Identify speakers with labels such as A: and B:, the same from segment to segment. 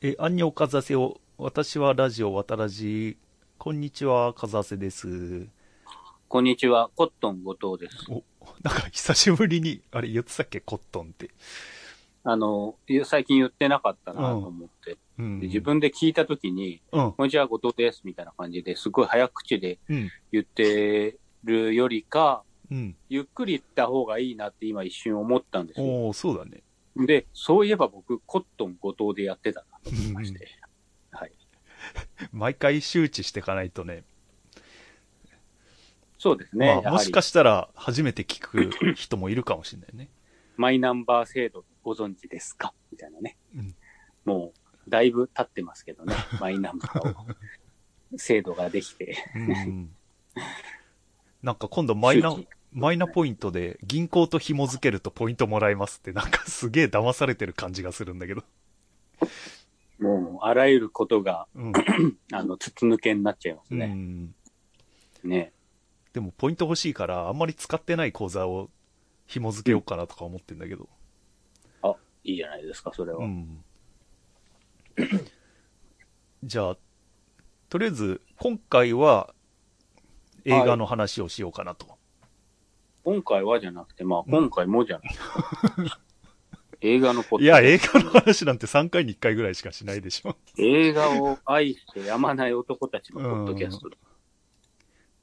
A: えー、アンニョカザセを、私はラジオ渡らじ、こんにちは、カザセです。
B: こんにちは、コットン後藤です。
A: お、なんか久しぶりに、あれ言ってたっけ、コットンって。
B: あの、ゆ最近言ってなかったなと思って、
A: うん。
B: で自分で聞いたときに、
A: うん。
B: こんにちは、後藤です、みたいな感じですごい早口で
A: うん。
B: 言ってるよりか、
A: うん。
B: ゆっくり言った方がいいなって今一瞬思ったんですよ。
A: おー、そうだね。
B: で、そういえば僕、コットン後藤でやってたなと思いまして。
A: 毎回周知していかないとね。
B: そうですね、
A: まあ、
B: や
A: も
B: は
A: し
B: り
A: かしたら初めて聞く人もいるかもしれないね。
B: マイナンバー制度ご存知ですかみたいなね。
A: うん
B: もう、だいぶ経ってますけどね、マイナンバー を。制度ができて。
A: うん。なんか今度マイナ
B: 周、知
A: マイナポイントで銀行と紐付けるとポイントもらえますって、なんかすげえ騙されてる感じがするんだけど。
B: もう、あらゆることが、
A: うん。
B: あの、筒抜けになっちゃいます
A: う
B: ね。
A: ん。
B: ね。
A: でもポイント欲しいから、あんまり使ってない口座を紐付けようかなとか思ってんだけど。
B: いいじゃないですか、それは。
A: うん。じゃあ、とりあえず、今回は映画の話をしようかなと。
B: 今回はじゃなくて、まあ、今回もじゃない ですか。映画のこと。
A: いや、映画の話なんて3回に1回ぐらいしかしないでしょ。
B: 映画を愛してやまない男たちのポッドキャスト。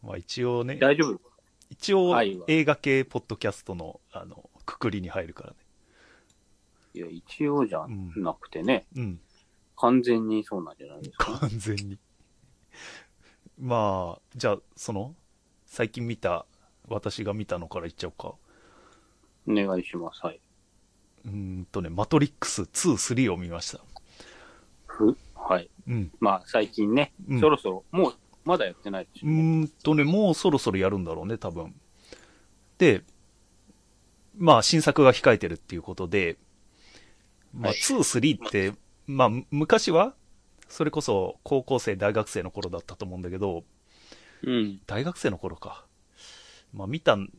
A: まあ一応ね、
B: 大丈夫
A: 一応
B: 愛は
A: 映画系ポッドキャストの、あの、くくりに入るからね。
B: いや、一応じゃなくてね、
A: うん、
B: 完全にそうなんじゃないですか。
A: 完全に。まあ、じゃあ、その、最近見た、私が見たのから言っちゃおうか。
B: お願いします。はい。
A: うーんとね、マトリックス2、3を見ました。
B: ふはい。
A: うん。
B: まあ、最近ね、
A: うん
B: そろそろ、もう、まだやってないです
A: う
B: よね。
A: ーんとね、もうそろそろやるんだろうね、多分。で、まあ、新作が控えてるっていうことで、まあ、
B: はい
A: 2、3って、まあ、む昔は、それこそ高校生、大学生の頃だったと思うんだけど、
B: うん。
A: 大学生の頃か。まあ、見たん、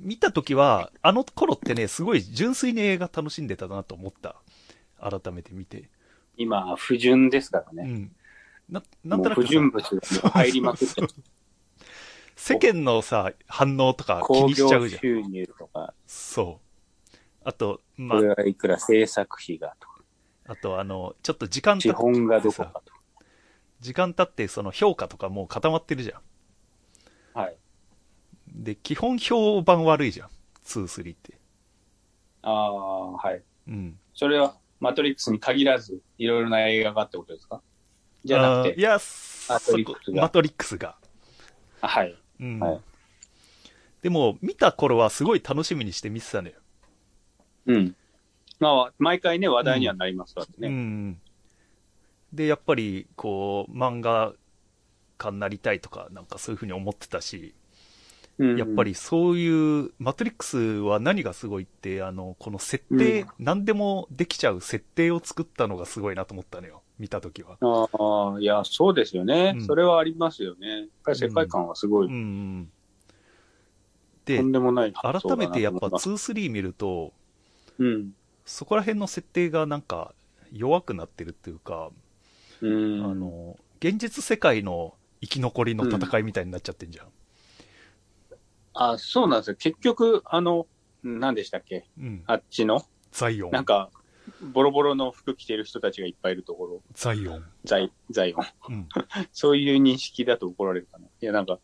A: 見た時は、あの頃ってね、すごい純粋に映画楽しんでたなと思った。改めて見て。
B: 今、不純ですから
A: う
B: ね。
A: ん。な、な
B: も
A: んと
B: う
A: なく
B: 不
A: さ、
B: 純物がもう入りまくって、
A: 世間のさ、反応とか気
B: 興
A: にしちゃう
B: 行
A: じゃん。
B: 収入とか、
A: そう。あと、まあ
B: これ、はいくら制作費がとか、
A: あとあの、ちょっと時間
B: 資
A: 経っ
B: 本がどこかと
A: 時間経ってその評価とかもう固まってるじゃん。
B: か。はい。
A: で、基本評判悪いじゃん。2、3って。
C: ああ、はい。
A: うん。
C: それは、マトリックスに限らず、いろいろな映画がってことですかじゃなく
A: あーい
C: て、
A: や、
C: マトリックスが
A: そこマトリックスが。
C: あはい。
A: うん
C: はい
A: でも、見た頃はすごい楽しみにして見てたのよ。
B: うん。
C: まあ、毎回ね、話題にはなりますから
A: う
C: ね。
A: ん。で、やっぱり、こう、漫画家になりたいとか、なんかそういうふうに思ってたし、
B: うん
A: やっぱ。りそういう、マトリックスは何がすごいって、あの、この設定、何でもできちゃう設定を作ったのがすごいなと思ったのよ。見たときは。
B: ああ、いや、そうですよね。
A: うん
B: それはありますよね。やっぱり世界観はすごい、
A: うん。
B: と
A: で、
B: んでもない発想
A: 改
B: だな
A: めてやっぱ
B: と思います
A: 2、3見ると、
B: うん。
A: そこら辺の設定がなんか弱くなってるっていうか、
B: うん。
A: あの、現実世界の生き残りの戦いみたいになっちゃってんじゃん。
B: あ、そうなんですよ。結局、あの、何でしたっけ
A: うん。
B: あっちの、
A: ザイオン。
B: なんか、ボロボロの服着てる人たちがいっぱいいるところ、
A: ザイオン。
B: ザイ、ザイオン。
A: うん。
B: そういう認識だと怒られるかな。いや、なんか、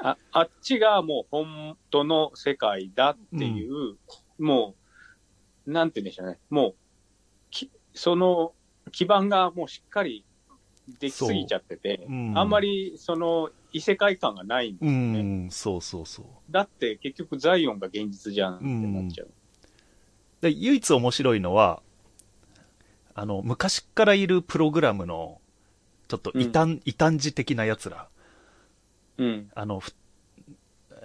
B: ああっちがもう本当の世界だっていう、もう、なんて言うんでしょうね。もう、きその基盤がもうしっかりできすぎちゃってて、
A: うん
B: あんまりその異世界感がない。
A: うん、そうそうそう。
B: だって結局ザイオンが現実じゃんってなっちゃう。
A: で、唯一面白いのは、あの、昔からいるプログラムの、ちょっと異端、異端児的な奴ら。
B: うん。
A: あの、ふ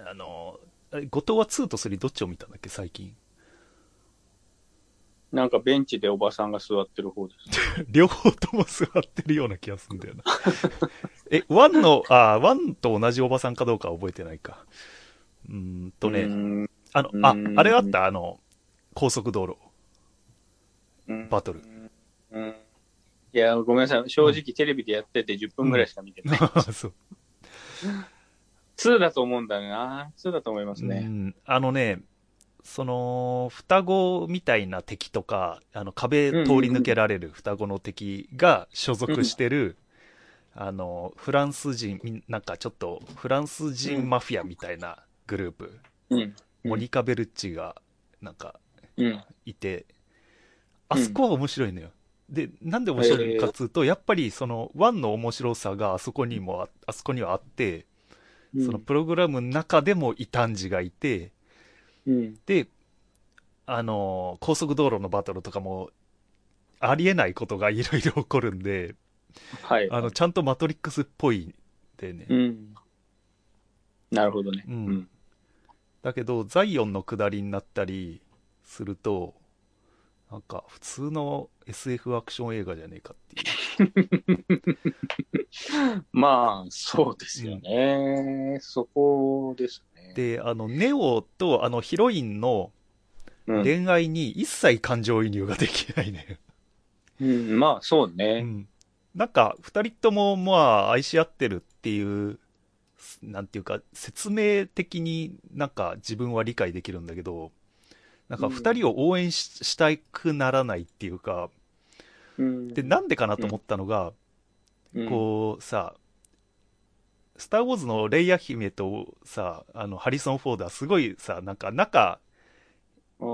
A: あの、あれ後藤は2と3どっちを見たんだっけ、最近。
B: なんかベンチでおばさんが座ってる方です。
A: 両方とも座ってるような気がするんだよな。え、1の、あ、1と同じおばさんかどうかは覚えてないか。うーんとね、
B: ね、
A: あの、
B: う
A: あ
B: ー、ん
A: あれあったあの、高速道路
B: うん
A: バトル。
B: うんいや、ごめんなさい。正直テレビでやってて10分ぐらいしか見て ない。
A: そう。
B: 2だと思うんだよな。2だと思います
A: う
B: ね。
A: ん、あのね、その、双子みたいな敵とか、あの、壁通り抜けられる双子の敵が所属してる、あの、フランス人、みんなんかちょっと、フランス人マフィアみたいなグループ、
B: うん。うん
A: モニカ・ベルッチが、なんか、
B: うん。
A: いて、
B: う
A: あ
B: ん
A: そこは面白いのよ。で、なんで面白いかっつうと、やっぱりその、ワンの面白さがあそこにもあ、あそこにはあって、そのプログラムの中でも異端児がいて、
B: うん。
A: で、あのー高速道路のバトルとかも、ありえないことがいろいろ起こるんで、
B: はい。
A: あの、ちゃんとマトリックスっぽいんでね。
B: うん。なるほどね。
A: うんだけど、ザイオンの下りになったりすると、なんか、普通の SF アクション映画じゃねえかっていう。
B: まあ、そうですよね。そこですね。
A: で、あの、ネオとあのヒロインの
B: うん
A: 恋愛に一切感情移入ができないね。
B: うん、まあ、そう
A: う
B: ね。
A: ん。なんか、二人とも、まあ、愛し合ってるっていう、なんていうか、説明的になんか自分は理解できるんだけど、なんか
B: うん
A: 二人を応援ししたくならないっていうか、
B: うん
A: で、なんでかなと思ったのが、こうさ、スター・ウォーズのレイヤ姫とさ、あの、ハリソン・フォードはすごいさ、なんか仲
B: う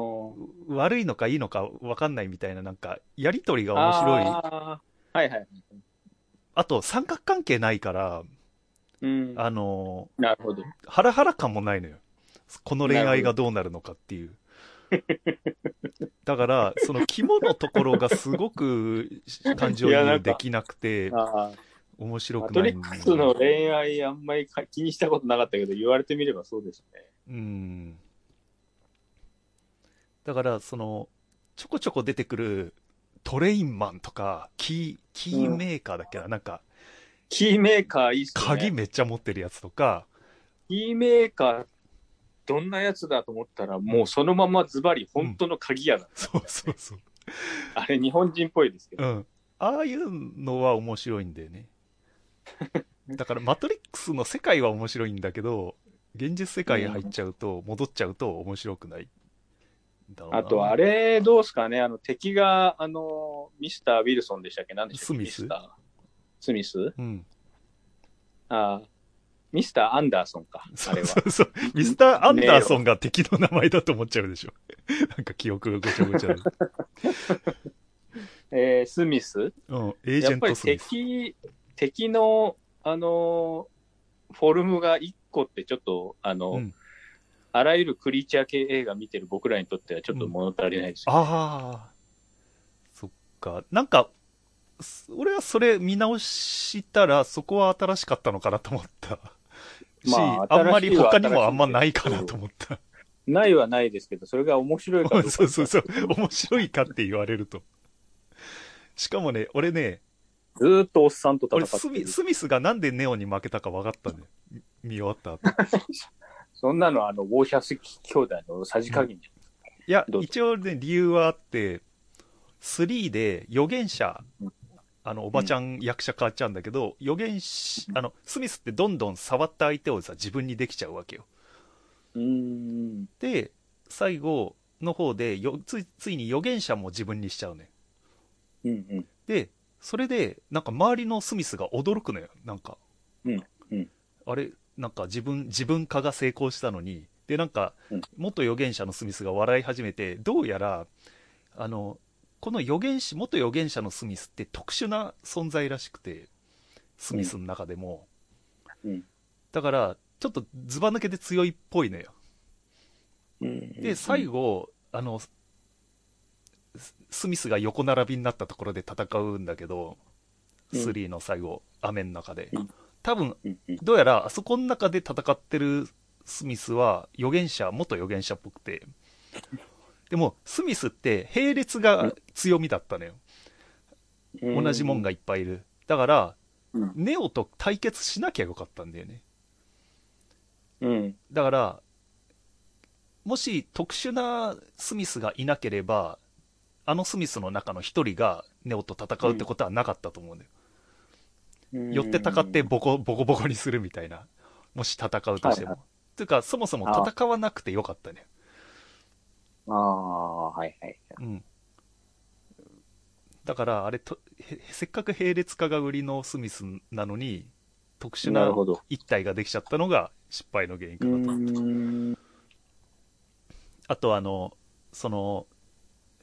B: ん、
A: 悪いのかいいのかわかんないみたいな、なんか、やりとりが面白い。あ
B: あーはいはい。
A: と、三角関係ないから、
B: うん、
A: あの、
B: なるほど。
A: ハラハラ感もないのよ。この恋愛がどうなるのかって いう。だから、その肝のところがすごく感情移
B: いやな
A: 入
B: んか
A: できなくて、
B: あ
A: 面
B: ー
A: 白
B: マ
A: くな
B: ト
A: い
B: リ
A: ん
B: ッ
A: だよ
B: ク
A: ね。
B: スの恋愛あんまりか気にしたことなかったけど、言われてみればそうですね。
A: うん。だから、その、ちょこちょこ出てくるトレインマンとか、キー、キーメーカーだっけな、なんか、
B: キーメーカーいいっすね。
A: 鍵めっちゃ持ってるやつとか、
B: キーメーカー、どんなやつだと思ったら、もうそのままズバリ、本当の鍵屋だ。
A: そうそうそう。
B: あれ、日本人っぽいですけど。
A: うん。ああいうのは面白いんだよね。だから、マトリックスの世界は面白いんだけど、現実世界に入っちゃうと、戻っちゃうと面白くない。だろうな
B: あと、あれ、どうすかね、あの、敵が、あの、ミスター・ウィルソンでしたっけ何でしたっけ
A: スミ
B: ミ
A: ス
B: スター。スミス
A: うん。
B: あーミスター・アンダーソンか、あ
A: そ
B: れ
A: う
B: は
A: そうそう。ミスター・アンダーソンが敵の名前だと思っちゃうでしょ。なんか記憶がごちゃごちゃで。
B: えースミス
A: うん。エージ
B: や
A: ェ
B: っ
A: ン
B: ぱ
A: ト
B: り
A: スミス。
B: 敵、敵の、あのーフォルムが1個ってちょっと、あの、
A: うん
B: あらゆるクリーチャー系映画見てる僕らにとってはちょっと物足りないですよ。
A: ああ。そっか。なんか、す俺はそれ見直したら、そこは新しかったのかなと思った。し、
B: ま
A: あ、
B: あ
A: んまり他に
B: 新しい
A: も
B: は
A: あんまないかなと思った。
B: ないはないですけど、それが面白いかどうか。
A: そうそうそう。面白いかって言われると。しかもね、俺ね、
B: ずーっとおっさんと戦
A: 俺
B: って
A: ス
B: る
A: ミ、スミスがなんでネオンに負けたか分かったね。見終わった後。
B: そんなの、あの、ウォーヒャス兄弟のさじ加減じ
A: いや
B: ど、うぞ
A: 一応ね、理由はあって、3で予言者、あの、おばちゃん、役者変わっちゃうんだけど、予言し、あの、スミスってどんどん触った相手をさ、自分にできちゃうわけよ。
B: ゃん。うーん。
A: で、最後の方でよつい、ついに予言者も自分にしちゃうね。
B: うんうん。
A: で、それで、なんか周りのスミスが驚くのよ、なんか。
B: うんうん
A: あれ、なんか自分、自分化が成功したのに、で、なんか
B: うん、
A: 元予言者のスミスが笑い始めて、どうやら、あの、この予言師、元予言者のスミスって特殊な存在らしくて、スミスの中でも。
B: うん
A: だから、ちょっとずば抜けて強いっぽいのよ。で、最
B: 後、
A: 後、あの、ススミスが横並びになったところで戦うんだけど、
B: うん
A: 3の最後、雨の中で
B: うん。
A: 多分、
B: うんうん
A: どうやら、あそこの中で戦ってるスミスは、予言者、元予言者っぽくて。でも、スミスって、並列が強みだったのよ。同じもんがいっぱいいる。だから
B: うん、
A: ネオと対決しなきゃよかったんだよね。
B: うん。
A: だから、もし特殊なスミスがいなければ、あのスミスの中の一人がネオと戦うってことはなかったと思うんだよ。寄ってたかってボコ、ボコボコにするみたいな。もし戦うとしても。
B: はい
A: というか、そもそも戦わなくてよかったね。
B: ああ、はいはい。
A: うん。だから、あれと、へせっかく並列化が売りのスミスなのに、特殊
B: な
A: な
B: るほど
A: 一体ができちゃったのが失敗の原因
B: う
A: かなと。
B: ん。
A: あとあの、その、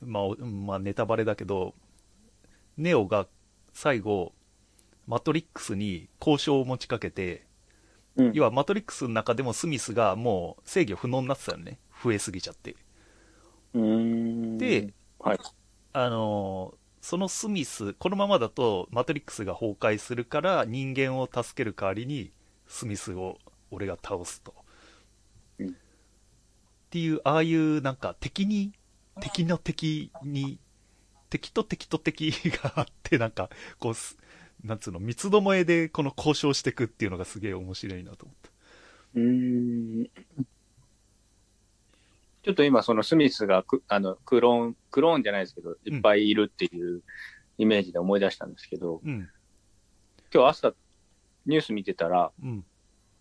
A: まあお、まあ、ネタバレだけど、ネオが最後、マトリックスに交渉を持ちかけて、
B: うん
A: 要はマトリックスの中でもスミスがもう制御不能になってたよね。増えすぎちゃって。
B: うん
A: で、、
B: はい。
A: あのーそのスミス、このままだとマトリックスが崩壊するから人間を助ける代わりにスミスを俺が倒すと。
B: うん
A: っていう、ああいうなんか敵に、敵の敵に、敵と敵と敵があってなんか、こうす、なんつうの、三つどもえでこの交渉していくっていうのがすげえ面白いなと思った。
B: うん。ちょっと今、そのスミスがク、あの、クローン、クローンじゃないですけど、いっぱいいるっていうイメージで思い出したんですけど、
A: うん、
B: 今日朝、ニュース見てたら、
A: うん、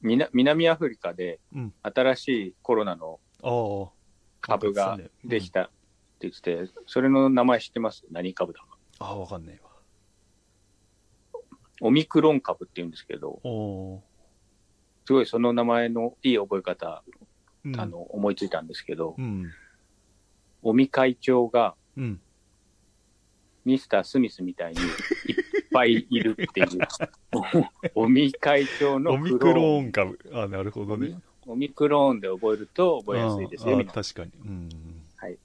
B: みな南アフリカで
A: うん、
B: 新しいコロナの
A: ああ。
B: 株ができ
A: た。
B: たって言ってて、それの名前知ってます何株だか。
A: ああ、わかんないわ。
B: オミクロン株って言うんですけど、
A: おお
B: すごいその名前のいい覚え方、
A: ー。うん
B: あ、の、思いついたんですけど、
A: うん、
B: 尾身会長が
A: うん。
B: ミスター・スミスみたいにいっぱいいるって いう、尾身会長の
A: オミクローン株。あ、なるほどね。
B: オミクローンで覚えると覚えやすいですよ、
A: ああ
B: みたいな
A: 確かに。うん。
B: はい。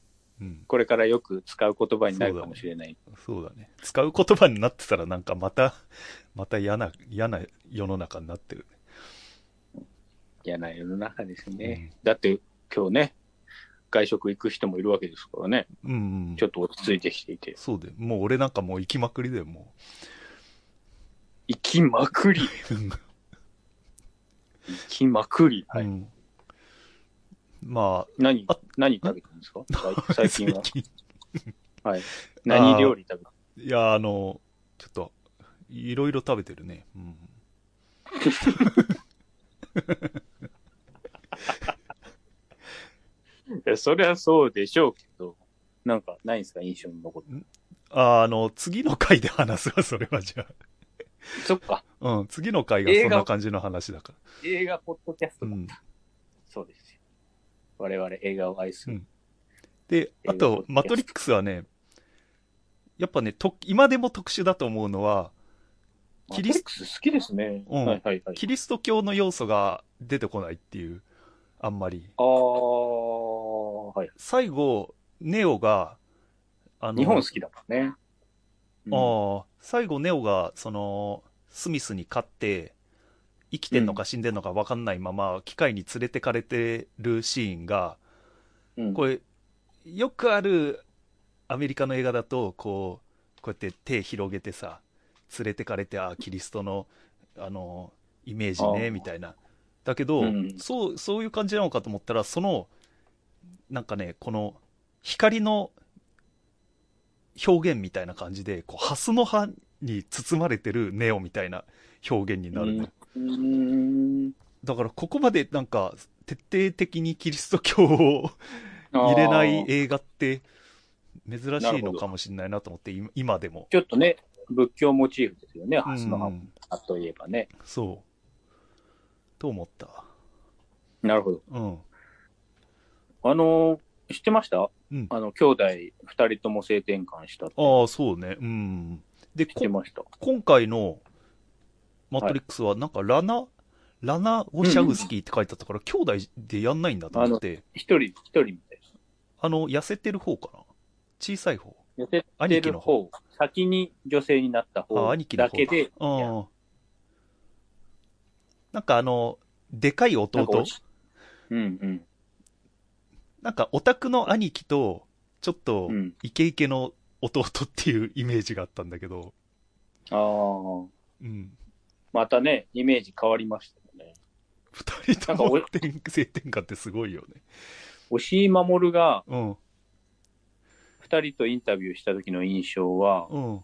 A: うん。
B: これからよく使う言葉になるかもしれない。
A: そうだね。使う言葉になってたらなんかまた、 また嫌な、嫌な世の中になってるね。
B: 嫌な世の中ですね。
A: う
B: だって今日ね、外食行く人もいるわけですからね、
A: うんうん。
B: ちょっと落ち着いてきていて。
A: そうだよ。もう俺なんかもう行きまくりだよ、も
B: 行きまくり
A: う。
B: 行きまくりはい。
A: うん。ま
B: 何
A: あ、
B: 何食べてるんですか
A: あ、
B: 最近は
A: 最。近
B: はい。何料理食べてる
A: いや、あの、ちょっと、いろいろ食べてるね。うん。
B: いや、そりゃそうでしょうけど、なんかないんですか印象に残って。
A: ああの、次の回で話すわ、それはじゃ
B: そっか。
A: あ。うん、次の回がそんな感じの話だか
B: 映画、ポッドキャスト
A: ら。う
B: だ
A: ん。
B: そうですよ。我々映画を愛する。
A: うんで、あと、マトリックスはね、やっぱね、と、今でも特殊だと思うのは、キ
B: キ
A: リ
B: リ
A: ス
B: スクス好きですね。
A: うん
B: はいはいはい。
A: キリスト教の要素が出てこないっていう、あんまり。
B: ああ、はい。
A: 最後、ネオが、あの、
B: 日本好きだもんね。うん
A: ああ、最後ネオが、その、スミスに勝って、生きてんのか死んでんのか分かんないまま、機械に連れてかれてるシーンが、
B: うん
A: これ、よくあるアメリカの映画だと、こう、こうやって手広げてさ、連れてかれて、あーキリストの、あの、イメージ
B: あ
A: ね、
B: ー
A: みたいな。だけど、
B: うん
A: そう、そういう感じなのかと思ったら、その、なんかね、この、光の表現みたいな感じで、こう、ハスの葉に包まれてるネオみたいな表現になるのよ
B: うーん。
A: だから、ここまでなんか、徹底的にキリスト教を
B: 入
A: 入れない映画って珍しいのかもしれないなと思って、今今でも。
B: ちょっとね、仏教モチーフですよね。
A: う
B: ハスの葉
A: ん、
B: といえばね。
A: そう。と思った。
B: なるほど。
A: うん。
B: あのー、知ってました
A: うん
B: あの、兄弟二人とも性転換したって。
A: ああ、そうね。うん。で、
B: 知って
A: こ
B: ました。
A: 今回のマトリックスは、なんかラナ、ラナ・ウォシャウスキーって書いてあったから、兄弟でやんないんだと思って、
B: 一人、一人みたいです。
A: あの、痩せてる方かな小さい方。
B: 痩せ
A: 兄
B: て
A: 貴
B: る
A: の方。
B: 方、先に女性になった
A: あ
B: 方
A: 兄貴の
B: だ
A: 方
B: けで、
A: ああ。なんかあの、でかい
B: なんか
A: 弟
B: おしうんうん。
A: なんかオタクの兄貴と、ちょっと
B: うん、
A: イケイケの弟っていうイメージがあったんだけど、
B: ああ、
A: うん。
B: またね、イメージ変わりましたよね。
A: 二人とも転性転換ってすごいよね。
B: 押井守が
A: うん。
B: 二二人とインタビューした時の印象は、
A: うん。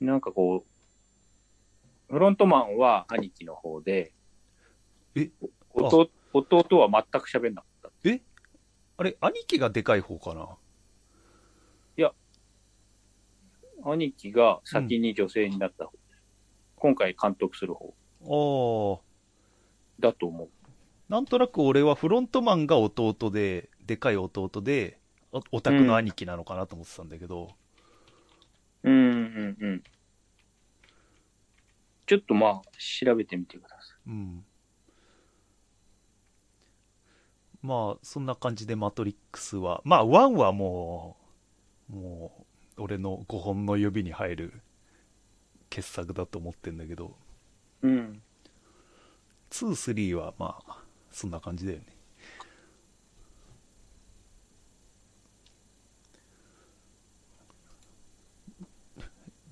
B: なんかこう、フロントマンは兄貴の方で、
A: え
B: お弟弟は全く喋んなかった。
A: あれ、兄貴がでかい方かな
B: 兄貴が先に女性になった方、今回監督する方
A: ああ。
B: だと思う。
A: なんとなく俺はフロントマンが弟で、でかい弟で、おオタクの兄貴なのかなと思ってたんだけど、
B: うんうんうん。ちょっとまあ、調べてみてください。
A: うん。まあ、そんな感じでマトリックスは、まあ、1はもう、もう、俺の5本の指に入る傑作だと思ってんだけど、
B: うん。
A: 2、3はまあ、そんな感じだよね。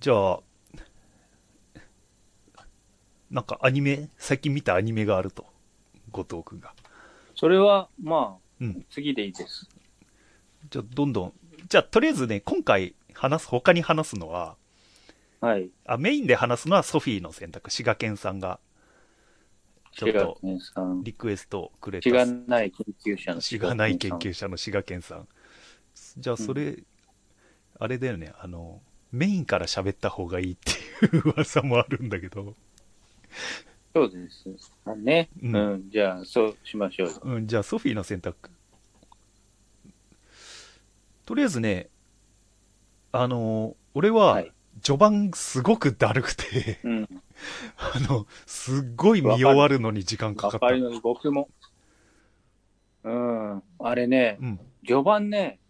A: じゃあ、なんかアニメ、最近見たアニメがあると、後藤くんが。
B: それは、まあ、
A: うん
B: 次でいいです。
A: じゃあ、どんどん。じゃあ、とりあえずね、今回話す、他に話すのは、
B: はい。
A: あ、メインで話すのはソフィーの選択、滋賀県さんが、ちょっと
B: 志賀さん。
A: リクエストをくれた
B: 違がない研究者の
A: しがない研
B: 者。
A: 究者の滋賀県さん。じゃあ、それ、あれだよね、あの、メインから喋った方がいいっていう噂もあるんだけど、
B: そうです。まあね。
A: う
B: うんん、じゃあ、そうしましょうよ。
A: うん、じゃあ、ソフィーの選択。とりあえずね、あの、俺は
B: はい、
A: 序盤すごくだるくて、
B: うん。
A: あの、すっごい見終わるのに時間か
B: わ
A: かっ
B: か
A: た。
B: るのに、僕も。うん。あれね、
A: うん、
B: 序盤ね、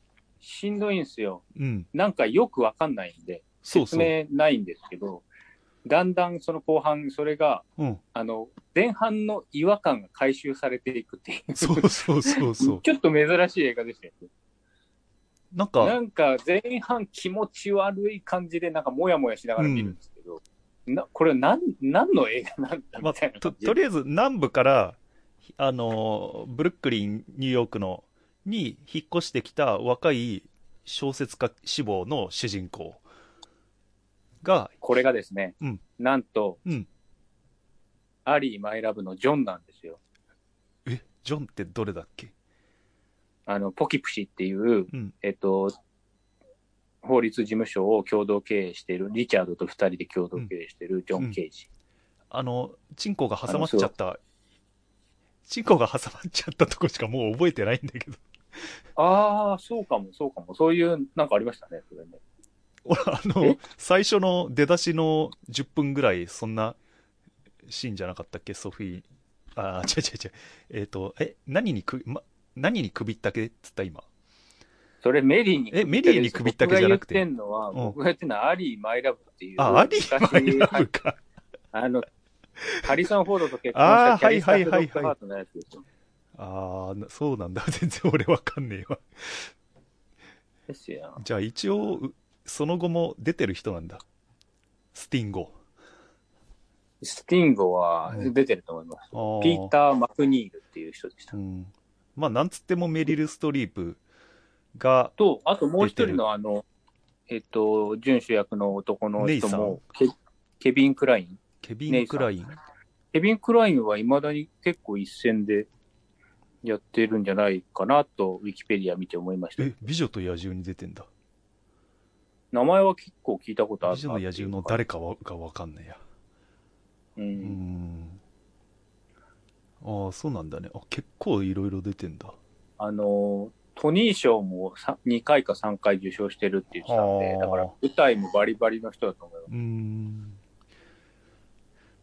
B: しんどいんすよ。
A: うん、
B: なんかよくわかんないんで、
A: そうそ
B: 説
A: う。
B: 明ないんですけど、だんだんその後半、それが、
A: うん、
B: あの、前半の違和感が回収されていくっていう。
A: そうそうそうそう。
B: ちょっと珍しい映画でしたよね。
A: なん
B: な
A: か、
B: んか前半気持ち悪い感じでなんかモヤモヤしながら見るんですけど、なこれなん、何の映画なんだ
A: まあ、
B: みたいな
A: と
B: 感じ
A: とりあえず南部からあのーブルックリンニューヨークのに引っ越してきた若い小説家志望の主人公が
B: これがですね、
A: うん
B: なんと、
A: うん
B: アリー・マイ・ラブのジョンなんですよ。
A: えジョンってどれだっけ
B: あの、ポキプシっていう、
A: うん
B: えっと、法律事務所を共同経営している、リチャードと二人で共同経営しているジョン・ケージ。
A: あのチンコが挟まっちゃったチンコが挟まっちゃったとこしかもう覚えてないんだけど
B: ああ、そうかも、そうかも。そういう、なんかありましたね、それね。
A: 俺あの
B: え
A: 最初の出だしの10分ぐらいそんなシーンじゃなかったっけソフィーあ違う違う違うえっ、とえ何にく、ま、何に首ったけっつった今
B: それメリーに
A: えメリーに首ったけじゃなくて
B: 僕が言ってんのは、
A: ん
B: 僕が言ってんのはアリー・マイ・ラブっていう。
A: あ、アリー
B: 昔
A: マイラブか。
B: あの、ハリソン・フォードと結婚したキャリスタ
A: あーはい
B: フ
A: はいはいはい
B: ロックハートのやつですよ
A: ああ、そうなんだ。 全然俺わかんねえわ。
B: ですよ。
A: じゃあ一応、うその後も出てる人なんだ。スティンゴ。
B: スティンゴは
A: うん
B: 出てると思います。
A: あー
B: ピーター・マクニールっていう人でした
A: う。ん。まあ、なんつってもメリル・ストリープが、
B: と、あともう一
A: 出て
B: 人
A: る
B: のあの、えっと、準主役の男の
A: ネイ
B: 人
A: さん
B: も、ケケビン・クライン。
A: ケビン・クライン。
B: ケビン・クラインは未だに結構一戦でやってるんじゃないかなと、ウィキペディア見て思いました。
A: え、美女と野獣に出てんだ。
B: 名前は結構聞いたことあるな
A: 美女の野獣の誰かはがわかんないや。
B: う。
A: うんん。ああ、そうなんだね。あ、結構いろいろ出てんだ。
B: あの、トニー賞もさ2回か3回受賞してるって言ってたんで
A: あー、
B: だから舞台もバリバリの人だと思いま
A: うーん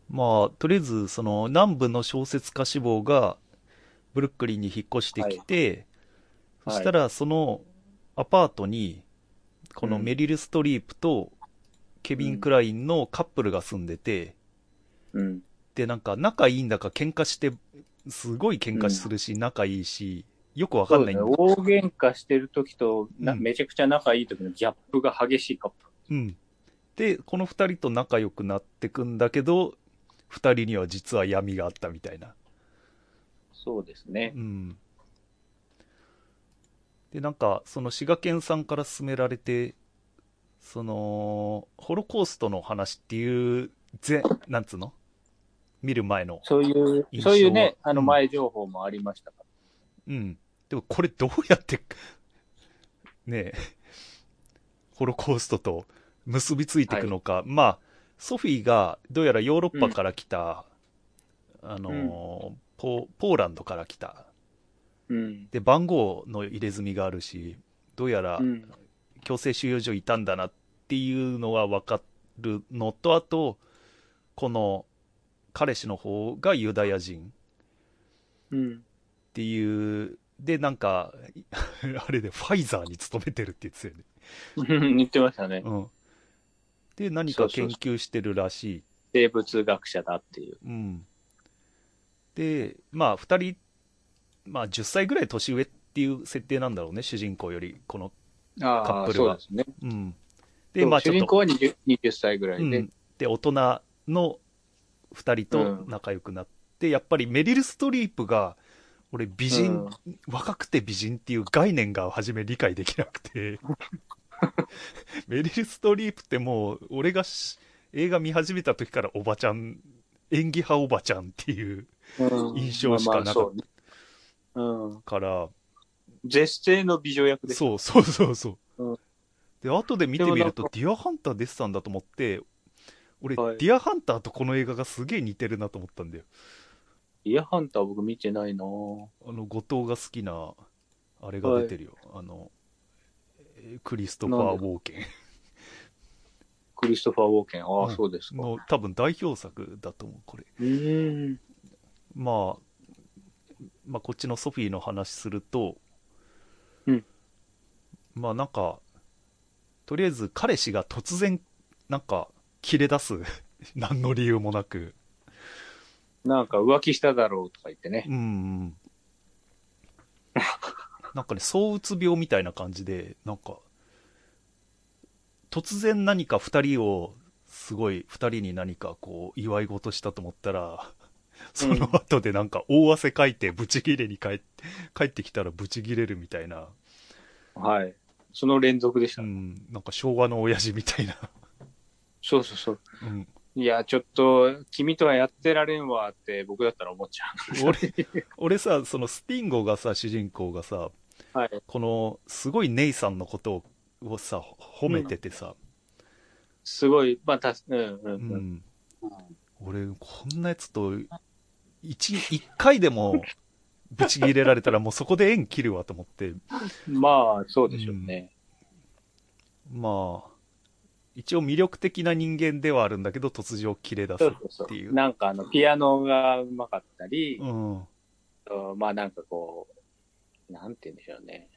A: まあとりあえずその南部の小説家志望がブルックリンに引っ越してきて、
B: はい
A: そしたらそのアパートにこの
B: うん
A: メリル・ストリープとケビン・クラインのカップルが住んでて、
B: す。うん。
A: でなんか仲いいんだか喧嘩してすごい喧嘩するし仲いいしよくわか
B: そ
A: んな
B: うで
A: い
B: す
A: ん
B: ね。
A: だ
B: 大喧嘩してる時とな、
A: うん
B: めちゃくちゃ仲いい時のギャップが激しいカップ。
A: うん。で、この二人と仲良くなってくんだけど、二人には実は闇があったみたいな。
B: そうですね
A: う。ん。でなんかその滋賀県さんから勧められてそのホロコーストの話っていうぜなんつうの見る前の
B: そういう
A: 印、象は
B: そういうね、あの
A: うん
B: 前情報もありましたか
A: うんでもこれどうやって ねえホロコーストと結びついていくのか、まあソフィーがどうやらヨーロッパから来た、あのーポポーランドから来た
B: ら。うん。
A: で番号の入れ墨があるしどうやら
B: うん。
A: 強制収容所いたんだなっていうのは分かるのとあとこの彼氏の方がユダヤ人
B: うん。
A: っ ていうでなんか あれでファイザーに勤めてるって言ってたよね、
B: 言ってましたね。
A: うん、で何か研究してるらしい
B: 生物学者だっていう。
A: うん、でまあ2人、まあ、10歳ぐらい年上っていう設定なんだろうね主人公よりこの、カ
B: あ
A: ッ
B: あ、
A: プル
B: そう
A: は
B: ですね。
A: うん、
B: で
A: でまあち
B: 主
A: ょっと
B: 人公は 20, 20歳ぐら
A: う
B: い
A: ん
B: で。
A: で大人の2人と仲良くなって、やっぱりメリル・ストリープが俺美人、若くて美人っていう概念が初め理解できなく てメリル・ストリープってもう俺がし映画見始めた時からおばちゃん演技派おばちゃんっていう
B: うん
A: 印象しかなかった
B: まあまあそうねうん。
A: から
B: 絶世の美女役です。
A: そうそうそうそう。
B: うん
A: で、後で見てみる
B: で
A: と
B: もなん、
A: ディアハンター出てたんだと思って、俺、
B: はい
A: ディアハンターとこの映画がすげえ似てるなと思ったんだよ。
B: イヤハンター僕見てないなぁ
A: あの、後藤が好きな、あれが出てるよ。あの、えークリストファー・ウォーケ
B: クリストファー・ウォーケン。ああ、
A: うん
B: そうです
A: ン
B: か。
A: の多分代表作だと思う、これ。
B: うん。
A: まあ、まあ、こっちのソフィーの話すると、
B: うん
A: まあなんか、とりあえず彼氏が突然、なんか、切れ出す。 何の理由もなく。
B: なんか浮気しただろうとか言ってね。
A: うんうん。なんかね、躁うつ病みたいな感じで、なんか、突然何か二人を、すごい、二人に何かこう、祝い事したと思ったら、その後でなんか大汗かいて、ブチギレに帰って、帰ってきたらブチギレるみたいな、
B: はい。その連続でし
A: う
B: た。
A: ん、なんか昭和の親父みたいな、
B: そうそうそう。
A: うん、
B: いや、ちょっと、君とはやってられんわって僕だったら思っちゃ
A: 俺、俺さ、そのスティンゴがさ、主人公がさ、
B: う。 はい。
A: この、すごいネイさんのことををさ、褒めててさ、
B: すごい、まあ、たすうんうん
A: う
B: うん。
A: ん、俺、こんなやつと、一、一回でも、ぶち切れられたらもうそこで縁切るわと思って、
B: まあ、そうでしょうね。
A: まあ、一応魅力的な人間ではあるんだけど、突如切れ出す
B: そう。そう
A: って
B: そ。
A: いうう
B: なんか、あの、ピアノがうまかったり、
A: うん。
B: うんまあ、なんかこう、なんて言うんでしょうね。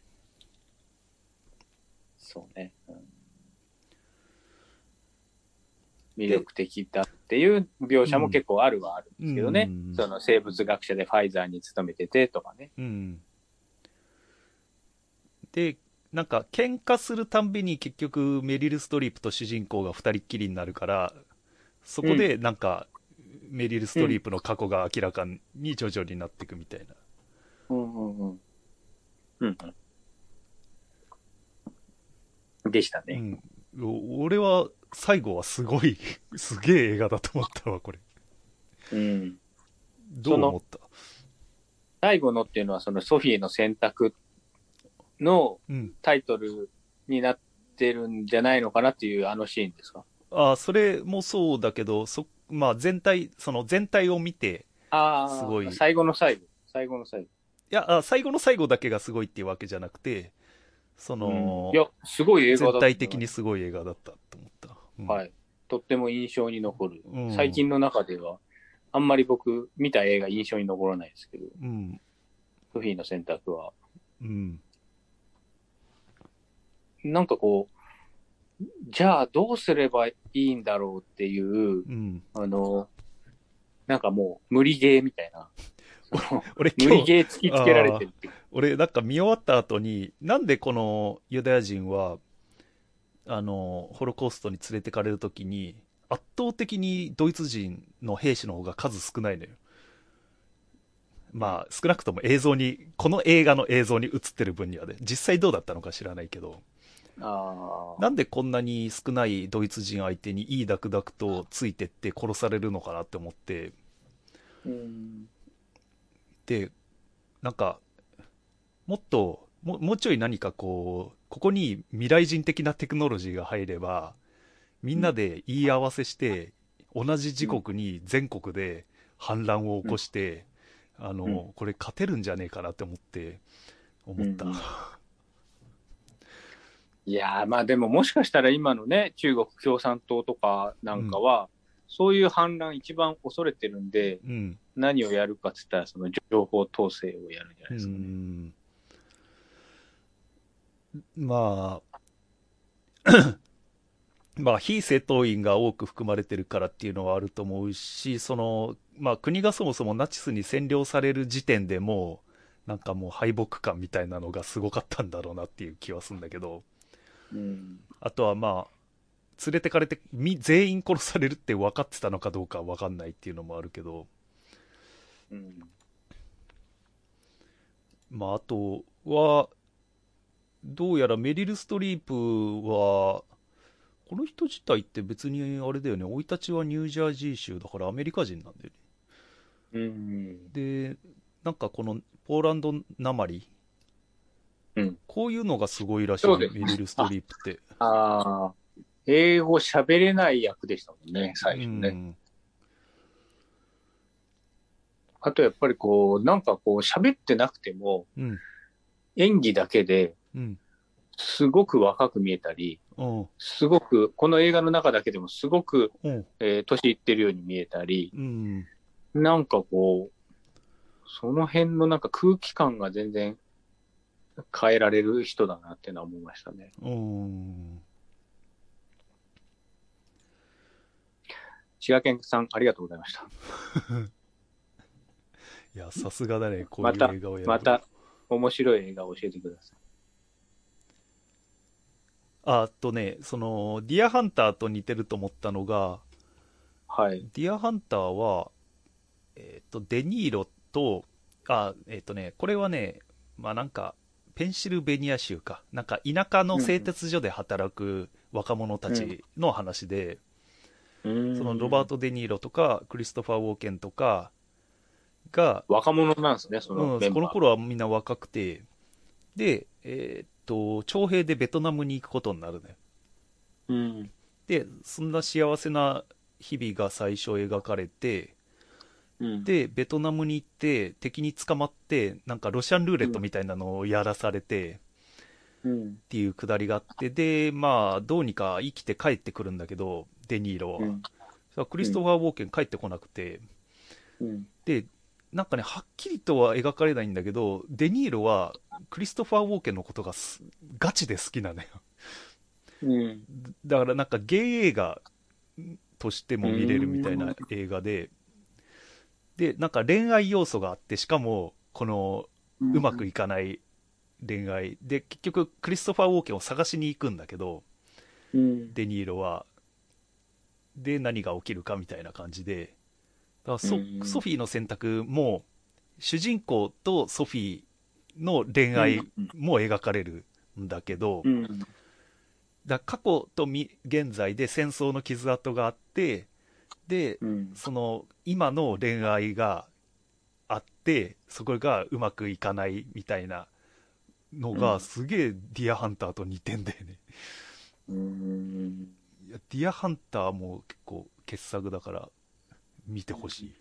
B: そうね。うん魅力的だっていう描写も結構あるはあるんですけどね。
A: うん
B: その生物学者でファイザーに勤めててとかね。
A: うん。で、なんか、喧嘩するたんびに結局、メリル・ストリープと主人公が二人っきりになるから、そこで、なんか、メリル・ストリープの過去が明らかに徐々になっていくみたいな。
B: うんうんうん。うんうん。でしたね。
A: うん、お俺は最後はすごい すげえ映画だと思ったわこれ
B: うん。
A: どう思った
B: 最後のっていうのは、そのソフィーの選択の
A: うん
B: タイトルになってるんじゃないのかなっていうあのシーンですか
A: ああそれもそうだけどそまあ全体その全体を見て
B: あ
A: すごい
B: 最後の最後。最後の最後。
A: いやあ最後の最後だけがすごいっていうわけじゃなくてその、
B: いや、すごい映画だ
A: 全
B: った
A: 体的に。すごい映画だったと思った、うん
B: はい。とっても印象に残る。
A: うん
B: 最近の中では、あんまり僕、見た映画印象に残らないですけど、
A: うん
B: ソフィーの選択は、
A: うん
B: なんかこう、じゃあどうすればいいんだろうっていう、
A: うん
B: あの、なんかもう無理ゲーみたいな。その
A: 俺
B: 無
A: 今
B: 理
A: 日
B: ゲー突きつけられてるっていう。
A: 俺なんか見終わった後になんでこのユダヤ人はあのホロコーストに連れてかれる時に圧倒的にドイツ人の兵士の方が数少ないのよまあ、少なくとも映像に、この映画の映像に映ってる分にはね、実際どうだったのか知らないけど、
B: ああ。
A: なんでこんなに少ないドイツ人相手にいいダクダクとついてって殺されるのかなって思って、
B: うん。
A: で、なんか、もっと、ももうちょい何かこう、ここに未来人的なテクノロジーが入れば、みんなで言い合わせして、同じ時刻に全国で反乱を起こして、あの、
B: うん
A: これ勝てるんじゃねえかなって思って、思った。
B: うんうんいやー、まあでももしかしたら今のね、中国共産党とかなんかは、そういう反乱一番恐れてるんで、
A: うん。
B: 何をやるかって言ったら、その情報統制をやるんじゃな
A: う
B: いですかね。
A: ん。ま あ、まあ、非正当員が多く含まれてるからっていうのはあると思うし、その、まあ、国がそもそもナチスに占領される時点でもう、なんかもう敗北感みたいなのがすごかったんだろうなっていう気はするんだけど、
B: うん。
A: あとはまあ、連れてかれて、み全員殺されるって分かってたのかどうか分かんないっていうのもあるけど、
B: うん。
A: まあ、あとは、どうやらメリル・ストリープは、この人自体って別にあれだよね、生い立ちはニュージャージー州だからアメリカ人なんだよ
B: うん。
A: ね。で、なんかこのポーランドなまり、
B: うん
A: こういうのがすごいらしい
B: そう
A: ね、
B: です
A: メリル・ストリープって。
B: ああ、英語喋れない役でしたもんね、最初ね。
A: うん
B: あとやっぱりこう、なんかこう、喋ってなくても、
A: うん、
B: 演技だけで
A: うん、
B: すごく若く見えたり、
A: うん、
B: すごく、この映画の中だけでもすごく、
A: うん、
B: えー年いってるように見えたり、
A: うん、
B: なんかこう、その辺のなんか空気感が全然変えられる人だなってのは思いましたね。
A: うん。
B: 滋賀県さん、ありがとうございました。
A: いや、さすがだね、こうい
B: また
A: う映画をやる。
B: また、面白い映画を教えてください。
A: あとね、その、ディアハンターと似てると思ったのが、
B: はい。
A: ディアハンターは、えっ、と、デニーロと、あ、えっ、とね、これはね、まあなんか、ペンシルベニア州か、なんか田舎の製鉄所で働く若者たちの話で、
B: そ
A: そのロバート・デニーロとか、クリストファー・ウォーケンとかが、
B: 若者なんですね、その
A: うん、
B: メンバー。
A: この頃はみんな若くて、で、えっ、と、徴兵でベトナムに行くことになるね。
B: うん。
A: でそんな幸せな日々が最初描かれて
B: うん、
A: でベトナムに行って敵に捕まってなんかロシアンルーレットみたいなのをやらされて、っ
B: うん。
A: ていうくだりがあってでまあどうにか生きて帰ってくるんだけどデニーロは、
B: うん
A: さあクリストファー・ウォーケン帰ってこなくて
B: うん。
A: でなんかねはっきりとは描かれないんだけどデニーロはクリストファー・ウォーケンのことがすガチで好きなのよ
B: うん。
A: だからなんかゲイ映画としても見れるみたいうなん映画で、で、なんか恋愛要素があって、しかも、このうまくいかない恋愛で、結局クリストファー・ウォーケンを探しに行くんだけど、
B: うん。
A: デニーロは。で、何が起きるかみたいな感じで、だからソ
B: うん
A: ソフィーの選択も、主人公とソフィーの恋愛も描かれるんだけど、
B: うん。
A: だ過去とみ現在で戦争の傷跡があってで
B: うん。
A: その今の恋愛があってそこがうまくいかないみたいなのが、
B: うん
A: すげえ「ディアハンター」と似てんだよね
B: うん。
A: いやディアハンターも結構傑作だから見てほしい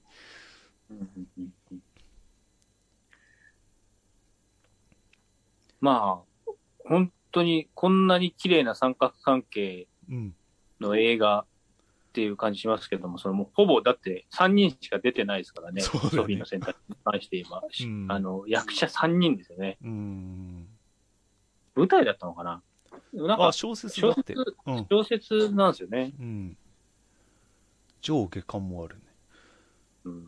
B: まあ、本当にこんなに綺麗な三角関係
A: うん
B: の映画っていう感じしますけども、そのもうほぼだって3人しか出てないですからね、
A: そうだね
B: ソフィーの選択に関して言えば、し
A: うん
B: あの役者3人ですよね。
A: うん
B: 舞台だったのかななんか
A: あ小説だって
B: 小説
A: うん、
B: 小説なんですよね。
A: うん、上下感もあるね
B: うん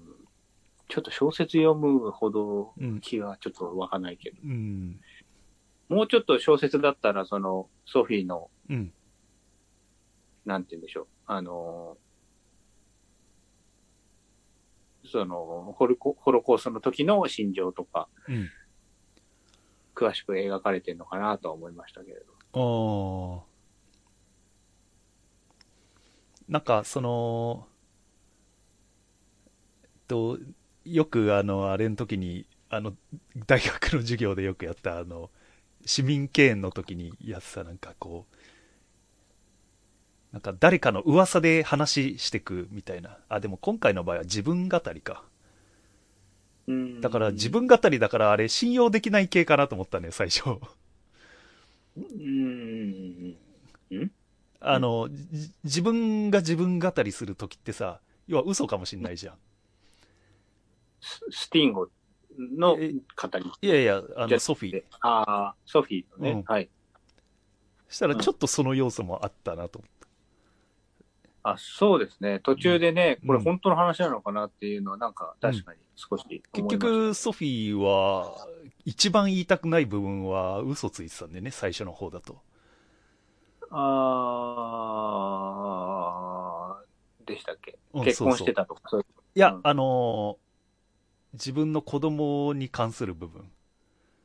B: ちょっと小説読むほど
A: うん
B: 気はちょっとわかんないけど、
A: うん
B: もうちょっと小説だったら、その、ソフィーの、
A: うん
B: なんて言うんでしょう、あのそのホルコ、ホロコーストの時の心情とか、
A: うん。
B: 詳しく描かれてるのかなとは思いましたけれ
A: ああ。
B: ど。
A: なんか、その、えっと、よくあの、あれの時に、あの、大学の授業でよくやった、あの、市民敬遠の時にやってた、なんかこう、なんか誰かの噂で話してくみたいな。あ、でも今回の場合は自分語りか。
B: うん
A: だから自、分語りだからあれ信用できない系かなと思ったね、最初。
B: うん。
A: あの、じ自分が自分語りするときってさ、要は嘘かもしんないじゃん。
B: ススティンゴの語
A: え
B: り。
A: いやいや、あ
B: じゃ
A: の、ソフィー。
B: ああ、ソフィーのね、
A: うん
B: はい。
A: したらちょっとその要素もあったなと。
B: あ、そうですね。途中でね、
A: うん
B: これ本当の話なのかなっていうのは、なんか確かに少し思いました
A: 結、局、ソフィーは、一番言いたくない部分は嘘ついてたんでね、最初の方だと。
B: あー、でしたっけ
A: うん
B: 結婚
A: そ
B: して
A: うそう
B: たとか、そういう
A: いや、
B: うん
A: あのー自分の子供に関する部分。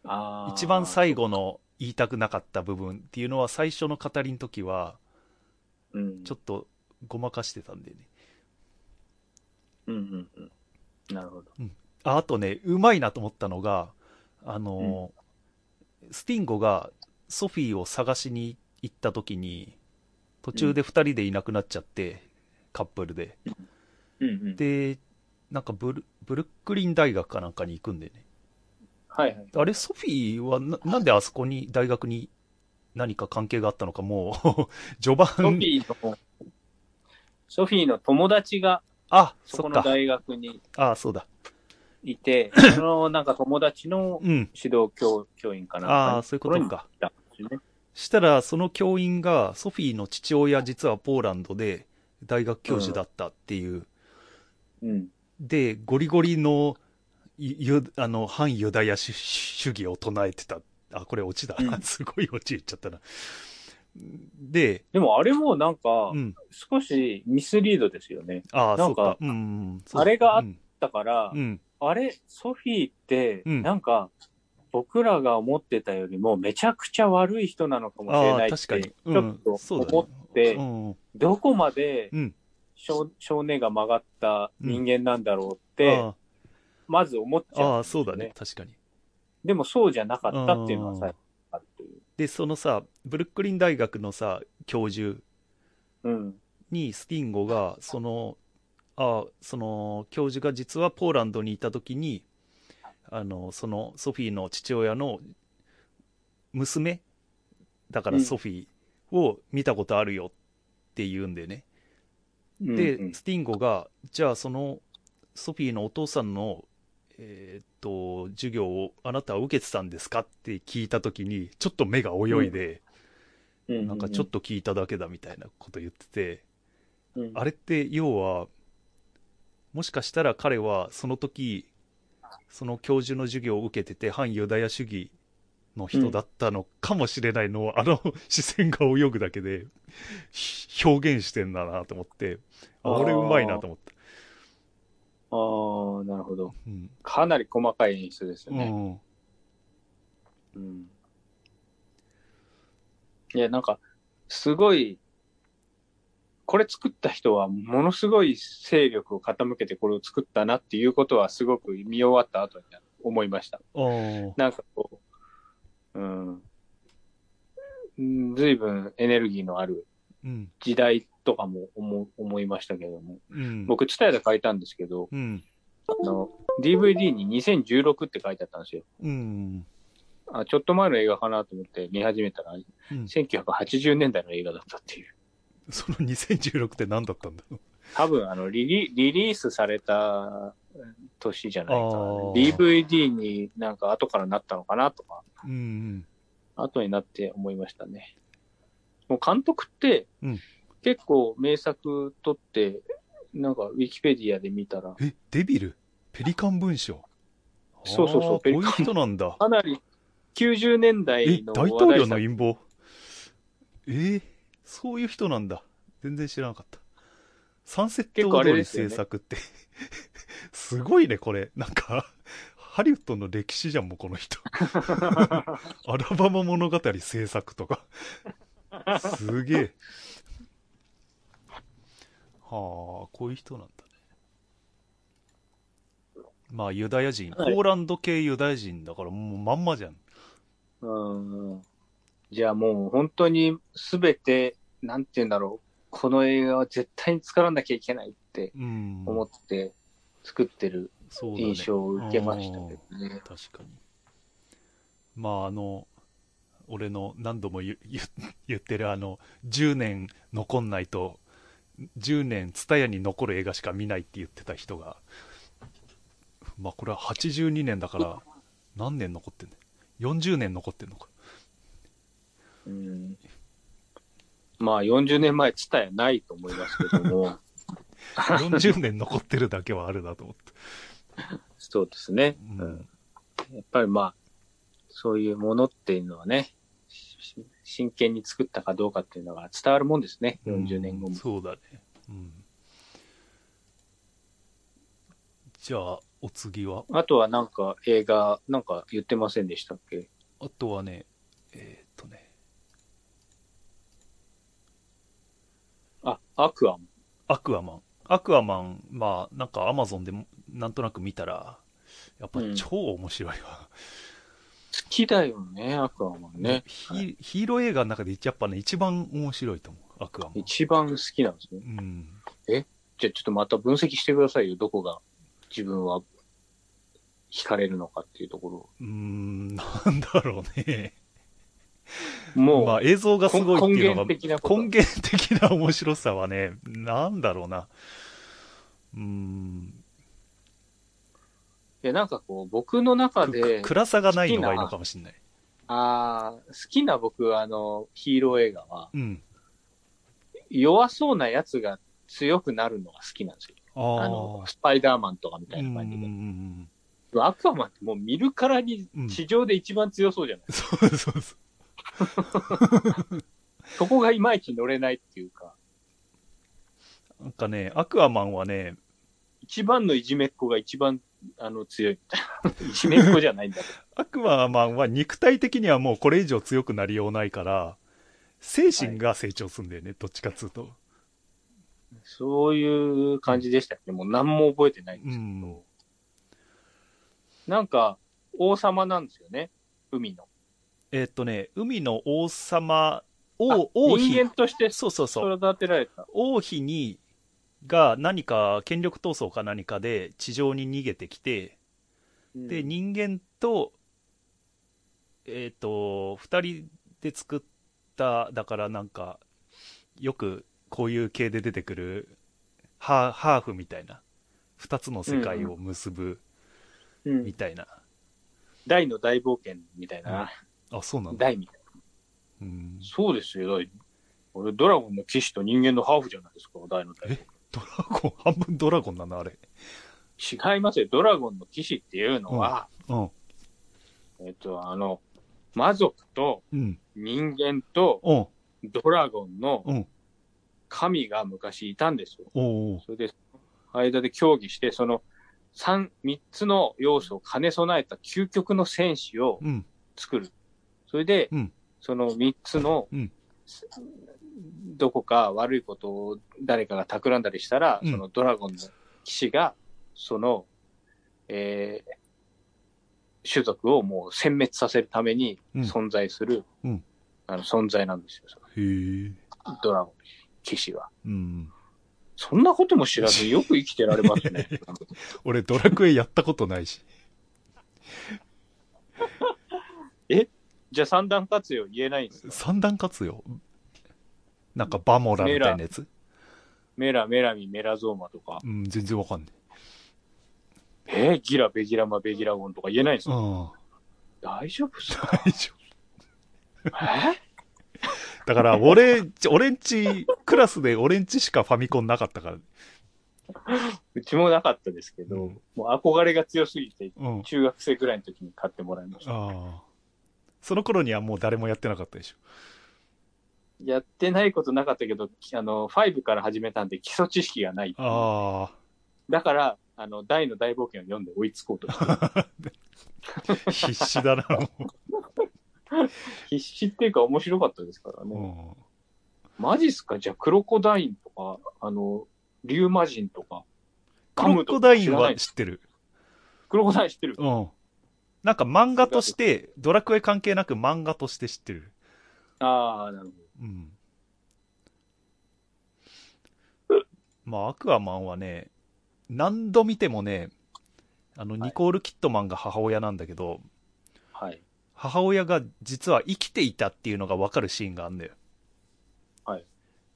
B: あー
A: 一番最後の言いたくなかった部分っていうのは最初の語りの時は、
B: うん、
A: ちょっとごまかしてたんでね。
B: うんうんうん。なるほど。
A: ああとね、うまいなと思ったのが、あの、スティンゴがソフィーを探しに行った時に、途中で2人でいなくなっちゃって、カップルで。
B: うんうん。
A: で、なんかブルブルックリン大学かなんかに行くんでね。
B: はいはい。
A: あれ、ソフィーはななんであそこに、大学に何か関係があったのか、もう、 序
B: ソフ
A: 盤、
B: ィーの、ソフィーの友達が、
A: あ、
B: そ
A: そ
B: こ
A: っか、
B: の大学に
A: あ、そうだ。
B: いて、そのなんか友達の
A: うん。
B: 指導教教員かなんかに。
A: ああ、そういうことか。
B: 行ったんですね。
A: したら、その教員が、ソフィーの父親、実はポーランドで大学教授だったっていう。
B: うん。
A: で、ゴリゴリの、ゆ、あの、反ユダヤ主主義を唱えてた。あ、これオチだ。
B: う ん
A: すごいオチ言っちゃったな。で、
B: でもあれもなんか
A: う、ん。
B: 少しミスリードですよね。
A: ああ、
B: な
A: そ
B: ん
A: うか
B: か。
A: うんうん。そう
B: あれがあっ
A: うん
B: だから、
A: うん。
B: あれ、ソフィーって、
A: うん
B: なんか、僕らが思ってたよりも、めちゃくちゃ悪い人なのかもしれ
A: あ
B: な
A: あ、
B: いって、
A: 確かに。
B: ち
A: う
B: ょっ
A: ん。
B: と
A: そうだ
B: 思
A: ね。
B: って、
A: うん。
B: どこまで
A: うん。
B: 少少年が曲がった人間なんだろうって、
A: あ
B: まず思っちゃ
A: あ、
B: う、
A: ああそうだね。。確かに。
B: でもそうじゃなかったっていうのは最後あるという。
A: で、そのさ、ブルックリン大学のさ、教授
B: うん。
A: にスティンゴがそのあその教授が実はポーランドにいた時にあのそのソフィーの父親の娘だから
B: うん
A: ソフィーを見たことあるよって言うんでね、で、
B: うんうん
A: スティンゴがじゃあそのソフィーのお父さんのえーっと授業をあなたは受けてたんですかって聞いた時にちょっと目が泳いで、
B: うう
A: なんかちょっ、と聞いただけだみたいなこと言ってて。
B: うん
A: あれって要は、もしかしたら彼はその時、その教授の授業を受けてて反ユダヤ主義の人だったのかもしれないのを、あの視線が泳ぐだけでひ表現してんだなと思って、あ
B: あー
A: 俺うまいなと思った。
B: ああ、なるほど。
A: うん。
B: かなり細かい演出ですよ
A: う
B: ね。
A: ん。
B: うん。いや、なんか、すごい、これ作った人はものすごい勢力を傾けてこれを作ったなっていうことはすごく見終わった後に思いました。
A: あー
B: なんかこう、うんうん。随分エネルギーのある
A: うん。
B: 時代とかも思う思いましたけれども。
A: うん。
B: 僕、ツタヤで書いたんですけど、
A: うん。
B: あの、DVD に2016って書いてあったんですよ。
A: うん。
B: あ、ちょっと前の映画かなと思って見始めたら、
A: うん
B: 1980年代の映画だったっていう。
A: その2016って何だったんだろう。
B: 多分、あの、リリ、リリースされた年じゃないかな
A: あー。
B: DVD になんか後からなったのかなとか、
A: うん。
B: 後になって思いましたね。もう監督って
A: うん、
B: 結構名作撮って、なんかウィキペディアで見たら、
A: え、デビルペリカン文章
B: そうそうそう
A: あーこういう人なんだ。
B: かなり90年
A: え
B: 代、の
A: 大
B: 話
A: 統
B: 題
A: 領
B: 作
A: の陰謀えーそういう人なんだ。全然知らなかった。サンセット
B: 結構あれ
A: 踊
B: で
A: り
B: すよ
A: 制
B: ね
A: 作って。 すごいね、これ。なんか、ハリウッドの歴史じゃん、もうこの 人。アラバマ物語制作とか。すげえ。はあ、こういう人なんだね。まあ、ユダヤ人、ポ
B: はい
A: ーランド系ユダヤ人だから、もうまんまじゃん。
B: うん。じゃあもう本当にすべて、なんて言うんだろう。この映画は絶対に作らなきゃいけないって
A: うん。
B: 思って作ってる
A: そうだね
B: 印象を受けましたけどね。
A: 確かにまああの俺の何度も言う言う言ってるあの10年残んないと10年蔦屋に残る映画しか見ないって言ってた人がまあこれは82年だから何年残ってんね40年残ってんのか
B: うんまあ40年前、ツタヤないと思いますけ ども、
A: 40年残ってるだけはあるなと思って、
B: そうですね。
A: う
B: うんん、やっぱりまあ、そういうものっていうのはね、し真剣に作ったかどうかっていうのが伝わるもんですね、40年後
A: うん
B: も。
A: そうだねうんじゃあお次は
B: あとはなんか映画、なんか言ってませんでしたっけ
A: あとはね、えーっとね、
B: あ、アクアも。
A: アクアマン。アクアマン、まあ、なんかアマゾンでもなんとなく見たら、やっぱ
B: うん
A: 超面白いわ。
B: 好きだよね、アクアもね。
A: ヒヒーロー映画の中でやっぱね、一番面白いと思う、アクアマン。
B: 一番好きなんですね
A: う。ん。
B: じゃあちょっとまた分析してくださいよ、どこが自分は惹かれるのかっていうところを
A: うーん、なんだろうね。
B: もう、
A: まあ、映像がすごいって
B: 根
A: いうの
B: 源
A: が、
B: 的なこと。
A: 根源的な面白さはね、なんだろうな。うーん。
B: いや、なんかこう、僕の中で
A: く、暗さがないのがいいのかもしれない。
B: あー好きな僕、あの、ヒーロー映画は、
A: うん。
B: 弱そうなやつが強くなるのが好きなんですよ。
A: あ
B: あ
A: あ
B: の、スパイダーマンとかみた
A: う
B: い
A: ん
B: な
A: うん
B: 感じ
A: う
B: で。
A: ん。
B: アクアマンってもう見るからに
A: うん
B: 地上で一番強そうじゃない、
A: そうそうそう。
B: そこがいまいち乗れないっていうか、
A: なんかね、アクアマンはね、
B: 一番のいじめっ子が一番、あの、強い。 いじめっ子じゃないんだけど。
A: アクアマンは肉体的にはもうこれ以上強くなりようないから、精神が成長するんだよね、どっちかっつうと。
B: そういう感じでしたっけもう何も覚えてないんですけど。
A: うん
B: なんか、王様なんですよね。海の。
A: えーっとね、海の王様、
B: あ
A: 王、王
B: 人
A: 妃
B: 間、として
A: そうそうそう、
B: 育てられた。
A: 王妃に、が何か権力闘争か何かで地上に逃げてきて、
B: うん
A: で、人間と、えっ、と、二人で作った、だからなんか、よくこういう系で出てくる、ハーハーフみたいな、二つの世界を結ぶ
B: うん
A: みたいな。
B: 大の大冒険みたいな。
A: あ、そうなんだ。
B: 大みたいな。
A: うん、
B: そうですよ。だい俺、ドラゴンの騎士と人間のハーフじゃないですか、大の大
A: えドラゴン、半分ドラゴンなのあれ。
B: 冒険。違いますよ。ドラゴンの騎士っていうのは、
A: うん。
B: えっと、あの、魔族と
A: うん。
B: 人間と
A: うん。
B: ドラゴンの
A: うん。
B: 神が昔いたんですよ。
A: おう
B: それで、間で協議して、その三、三つの要素を兼ね備えた究極の戦士を
A: おう。うん。
B: 作る。それで、
A: うん
B: その三つの、
A: うん
B: どこか悪いことを誰かが企んだりしたら、
A: うん
B: そのドラゴンの騎士が、その、えー種族をもう殲滅させるために
A: うん
B: 存在する、
A: うん
B: あの存在なんですよ、その
A: へえ。
B: ドラゴン騎士は。
A: うん。
B: そんなことも知 らず、よく生きてられますね。
A: 俺、ドラクエやったことないし。
B: じゃあ三段活用言えないんですか
A: 三段活用なんかバモラみたいなやつ
B: メラ、メラミ、メラゾーマとか。
A: うん、全然わかんない。
B: えーギラ、ベギラマ、ベギラゴンとか言えないんです
A: うん
B: か、。大丈夫っすか
A: 大丈
B: え
A: 夫。だから、俺んち、俺んち、クラスで俺んちしかファミコンなかったから。
B: うちもなかったですけど、
A: うん
B: もう憧れが強すぎて、
A: うん。あ
B: 中学生くらいの時に買ってもらいました。
A: あ。その頃にはもう誰もやってなかったでしょ。
B: やってないことなかったけど、きあの、5から始めたんで基礎知識がない。
A: ああ。
B: だから、あの、大の大冒険を読んで追いつこうとして る
A: 必死 だな、も
B: 必死っていうか面白かったですから
A: う
B: ね。
A: うん。
B: マジっすかじゃあ、クロコダインとか、あの、リュウマジンとか。
A: クロコダイン
B: ガムとか知らな
A: はい知ってる。
B: クロコダイン知ってる。
A: うん。なんか漫画として、ドラクエ関係なく漫画として知ってる。
B: ああ、なるほど。
A: うん。まあ、アクアマンはね、何度見てもね、あの、ニコール・キットマンが母親なんだけど、
B: はい。
A: 母親が実は生きていたっていうのがわかるシーンがあるんだよ。
B: はい。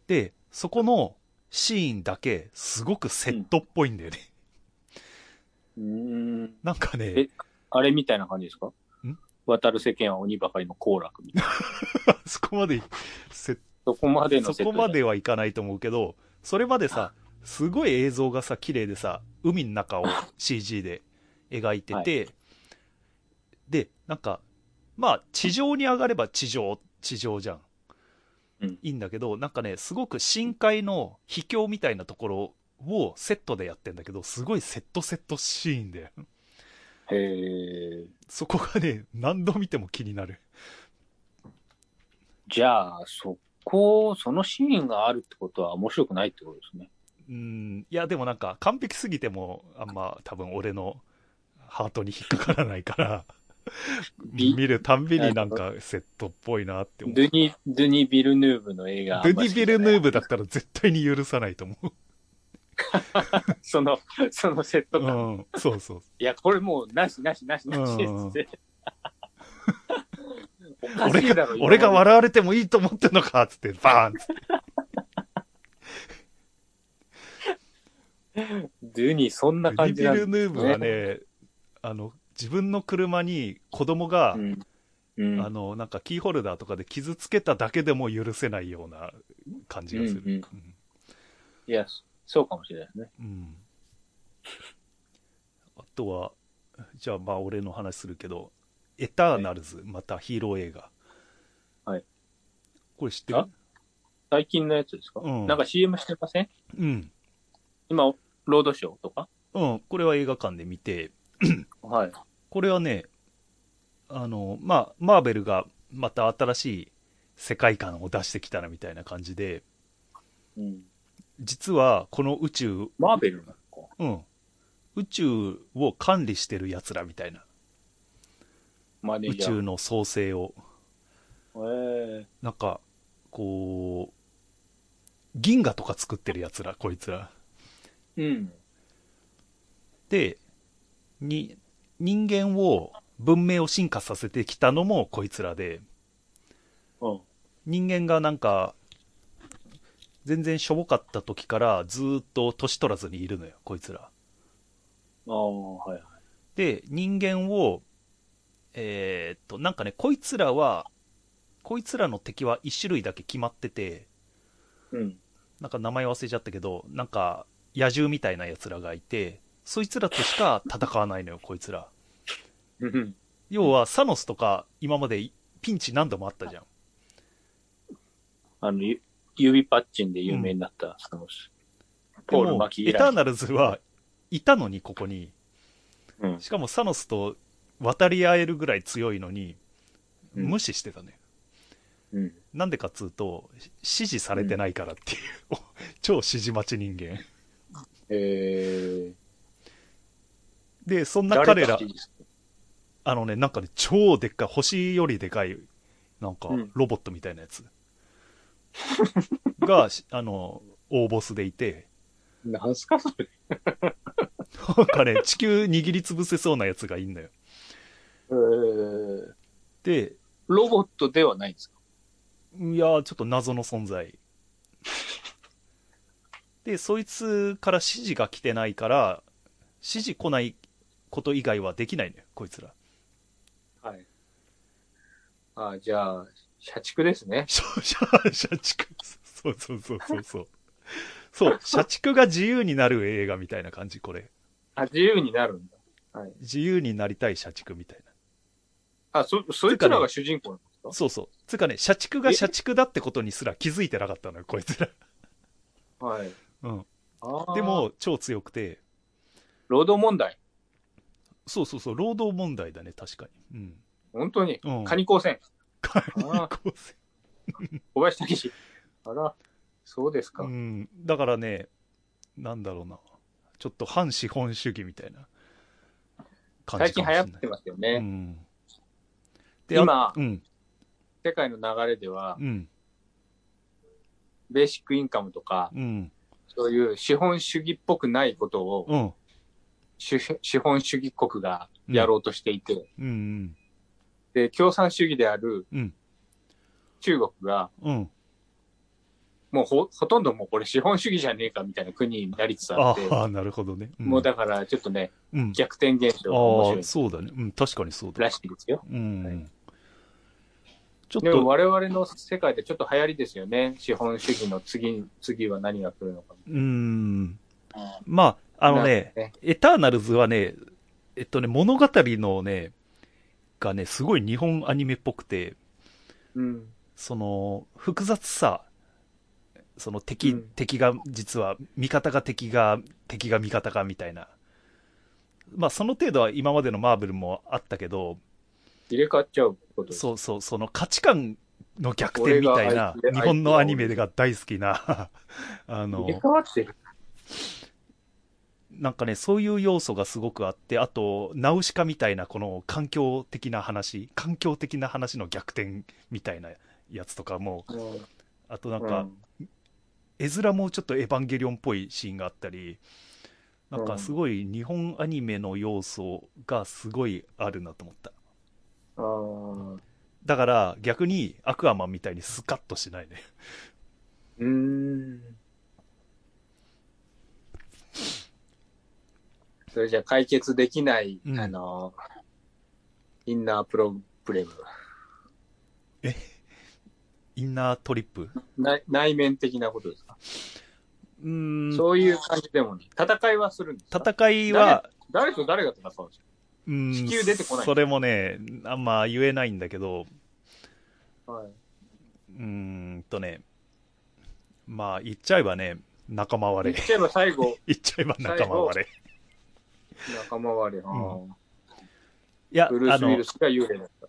A: で、そこのシーンだけ、すごくセットっぽいんだよね。
B: うーん。
A: なんかね
B: え、あれみたいな感じですか
A: ん
B: 渡る世間は鬼ばかりの好楽みたいな。
A: そこまで、セ
B: そこまでの
A: そ
B: セット
A: こ
B: じゃ
A: ま
B: ない
A: ではいかないと思うけど、それまでさ、すごい映像がさ、綺麗でさ、海の中を CG で描いてて、で、なんか、まあ、地上に上がれば地上、地上じゃん。
B: うん
A: いいんだけど、なんかね、すごく深海の秘境みたいなところをセットでやってんだけど、すごいセットセットシーンで、
B: へえ。
A: そこがね、何度見ても気になる。
B: じゃあ、そこ、そのシーンがあるってことは面白くないってことですね。
A: うん、いや、でもなんか、完璧すぎても、あんま、多分俺のハートに引っかからないから、
B: ビ
A: 見るたんびになんか、セットっぽいなって思う。
B: ドゥニ、ドゥニ・ビルヌーブの映画。
A: ドゥニ・ビルヌーブだ
B: っ
A: ったら絶対に許さないと思う。
B: た。 その、そのセット
A: う
B: 感。
A: ん、そうそう。
B: いや、これもう、なしなしなしなしで
A: うん
B: すね。 おかし
A: 俺
B: いだ
A: が
B: ろ、、
A: 俺が
B: 今まで
A: 笑われてもいいと思ってんのかっつって、バーンっつって。
B: ドゥニ、そん
A: ド
B: な
A: ゥニ・
B: 感
A: ビ
B: じなんだ
A: ルヌーブはね、あの、自分の車に子供が、
B: うん。うん
A: あの、なんかキーホルダーとかで傷つけただけでも許せないような感じがする。
B: うんうん
A: うん
B: いや、そうかもしれないですね。
A: うん。あとは、じゃあまあ俺の話するけど、エターナルズ、またヒーロー映画。
B: はい。
A: これ知ってる
B: あ最近のやつですか、
A: うん
B: なんか CM してません
A: うん。
B: 今、ロードショーとか
A: うん。これは映画館で見て、
B: はい。
A: これはね、あの、まあ、マーベルがまた新しい世界観を出してきたなみたいな感じで、
B: うん、
A: 実はこの宇宙、
B: マーベルなのか。
A: うん。宇宙を管理してる奴らみたいな。
B: マネー
A: 宇
B: ジャー。
A: 宙の創生を。
B: え
A: なんか、こう、銀河とか作ってるやつら、こいつら。
B: えうん。
A: で、に、人間を、文明を進化させてきたのもこいつらで、
B: うん。
A: 人間がなんか、全然しょぼかった時からずーっと年取らずにいるのよ、こいつら。
B: ああ、はい。
A: で、人間を、えーっと、なんかね、こいつらは、こいつらの敵は一種類だけ決まってて、
B: うん。
A: なんか名前忘れちゃったけど、なんか野獣みたいな奴らがいて、そいつらとしか戦わないのよ、こいつら。
B: うん。
A: 要は、サノスとか今までピンチ何度もあったじゃん。
B: あの、ゆ指パッチンで有名になった、そ
A: で
B: の、ポール・
A: も
B: マ、キ
A: エ
B: 以
A: ター
B: 来。
A: ナルズはいたのに、ここに。
B: うん
A: しかもサノスと渡り合えるぐらい強いのに、
B: うん
A: 無視してたね。
B: うん。
A: なんでかっつうと、し支持されてないからっていう、 超支持待ち人間。
B: え
A: で、そんな
B: ー、
A: 彼ら
B: 誰が好、きですか
A: あのね、なんかね、超でっかい、星よりでかい、なんか
B: うん、
A: ロボットみたいなやつ。が、 しあの、大ボスでいて、
B: なんすかそれ。
A: なんかね、地球握りつぶせそうなやつがいんのよ。
B: えー、
A: で、
B: ロボットではないんですか
A: いやー、ちょっと謎の存在。で、そいつから指示が来てないから、指示来ないこと以外はできないのよ、こいつら。
B: はい。ああ、じゃあ、社畜ですね。
A: 社社社畜そうそうそうそうそうそう社畜が自由になる映画みたいな感じこれ
B: あ、自由になるんだ。
A: 自由になりたい社畜みたい
B: あ、そ、そいつらが主人公なんですか
A: なそうそうつうかね社畜が社畜だってことにすら気づいてなかったのよこいつら
B: はい。
A: うん
B: あー
A: で、も超強くて
B: 労働問題。
A: そうそうそう、労働問題だね、確かに。
B: 本当に。
A: うん。うん、
B: カニ光線。
A: カニ
B: あ
A: 構成
B: 小林武史。あら、そうですか。
A: うん。だからね、なんだろうな。ちょっと反資本主義みたいな感
B: 最
A: じか
B: 近
A: もしれない。
B: 流行ってますよ
A: う
B: ね。
A: ん。であ
B: 今、
A: うん、
B: 世界の流れでは、
A: うん、
B: ベーシックインカムとか、
A: うん、
B: そういう資本主義っぽくないことを、
A: うん、
B: 主資本主義国がやろうとしていて、
A: うん、
B: で、共産主義である
A: うん、
B: 中国が、
A: うん。
B: もうほ、ほとんどもうこれ資本主義じゃねえかみたいな国になりつつあ
A: あ
B: って、
A: あ、なるほどね。ん
B: もうだからちょっとね、
A: うん。
B: 逆転現象が面
A: あ
B: 白
A: あ、
B: い
A: そうだね。うん、確かにそうだ。
B: らしいですよ。
A: うん。
B: はい
A: ちょっ
B: でも
A: と、
B: 我々の世界でちょっと流行りですよね。資本主義の次、次は何が来るのか。
A: うん。まあ、あのね、
B: ね
A: エターナルズはね、えっとね、物語のね、がね、すごい日本アニメっぽくて、
B: うん。
A: その、複雑さ、その敵、
B: うん
A: 敵が実は、味方が敵が、敵が味方がみたいな。まあ、その程度は今までのマーベルもあったけど、
B: 入れ替わっちゃうことです。
A: そうそう、その価値観の逆転みたいな
B: 俺があいつ、で
A: 日本のアニメが大好きな、 あ
B: 入れ
A: の
B: 替、わってる。
A: なんかね、そういう要素がすごくあって、あと、ナウシカみたいな、この環境的な話、環境的な話の逆転みたいなやつとかも、
B: うん
A: あとなんか、絵面もちょっとエヴァンゲリオンっぽいシーンがあったり、なんかすごい日本アニメの要素がすごいあるなと思った。
B: うん。あー
A: だから逆にアクアマンみたいにスカッとしないね。
B: うーん。それじゃ解決できない、
A: うん
B: あの、インナープロブレム。
A: インナートリップ。
B: 内内面的なことですか、
A: うーん、
B: そういう感じでもね、戦いはするんですか
A: 戦いは、
B: 誰と誰が戦うんですか
A: うん
B: 地球出てこない
A: それもね、あんま言えないんだけど、
B: はいう
A: ーんとね、まあ言っちゃえばね、仲間割
B: 言
A: れ。
B: っちゃえば最後、
A: 言っちゃえば仲間割れ。
B: 仲間割れな、
A: うんいや、
B: ブルー
A: あ
B: ス・ウィ
A: の
B: ル、スが幽霊だった。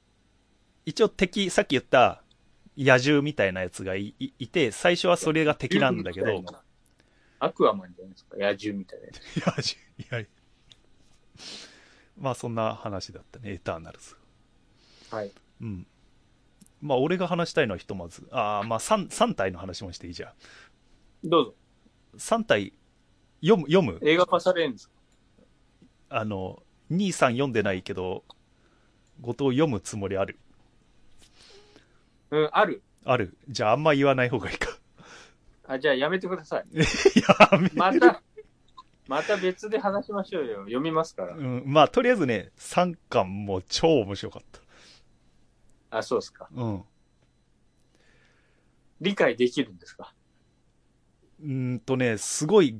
A: 一応敵、さっき言った野獣みたいなやつがいいいて、最初はそれが敵なんだけど、野獣、
B: アクアマンじゃないですか、野獣みたいなやつ。
A: いや、まあそんな話だったね、エターナルズ。
B: はい。
A: うん。まあ、俺が話したいのはひとまず、ああ、まあ3、三体の話もしていいじゃん。
B: どうぞ、
A: 3体、読む、読む。
B: 映画化されるんですか
A: あの、2、3読んでないけど、後藤読むつもりある。
B: うん、ある。
A: ある。じゃあ、あんま言わない方がいいか。
B: あ、じゃあやめてください。
A: やめ
B: ま た、また別で話しましょうよ。読みますから
A: う。ん、まあ、とりあえずね、3巻も超面白かった。
B: あ、そうですか。
A: うん。う
B: 理解できるんですか
A: ーんとね、すごい、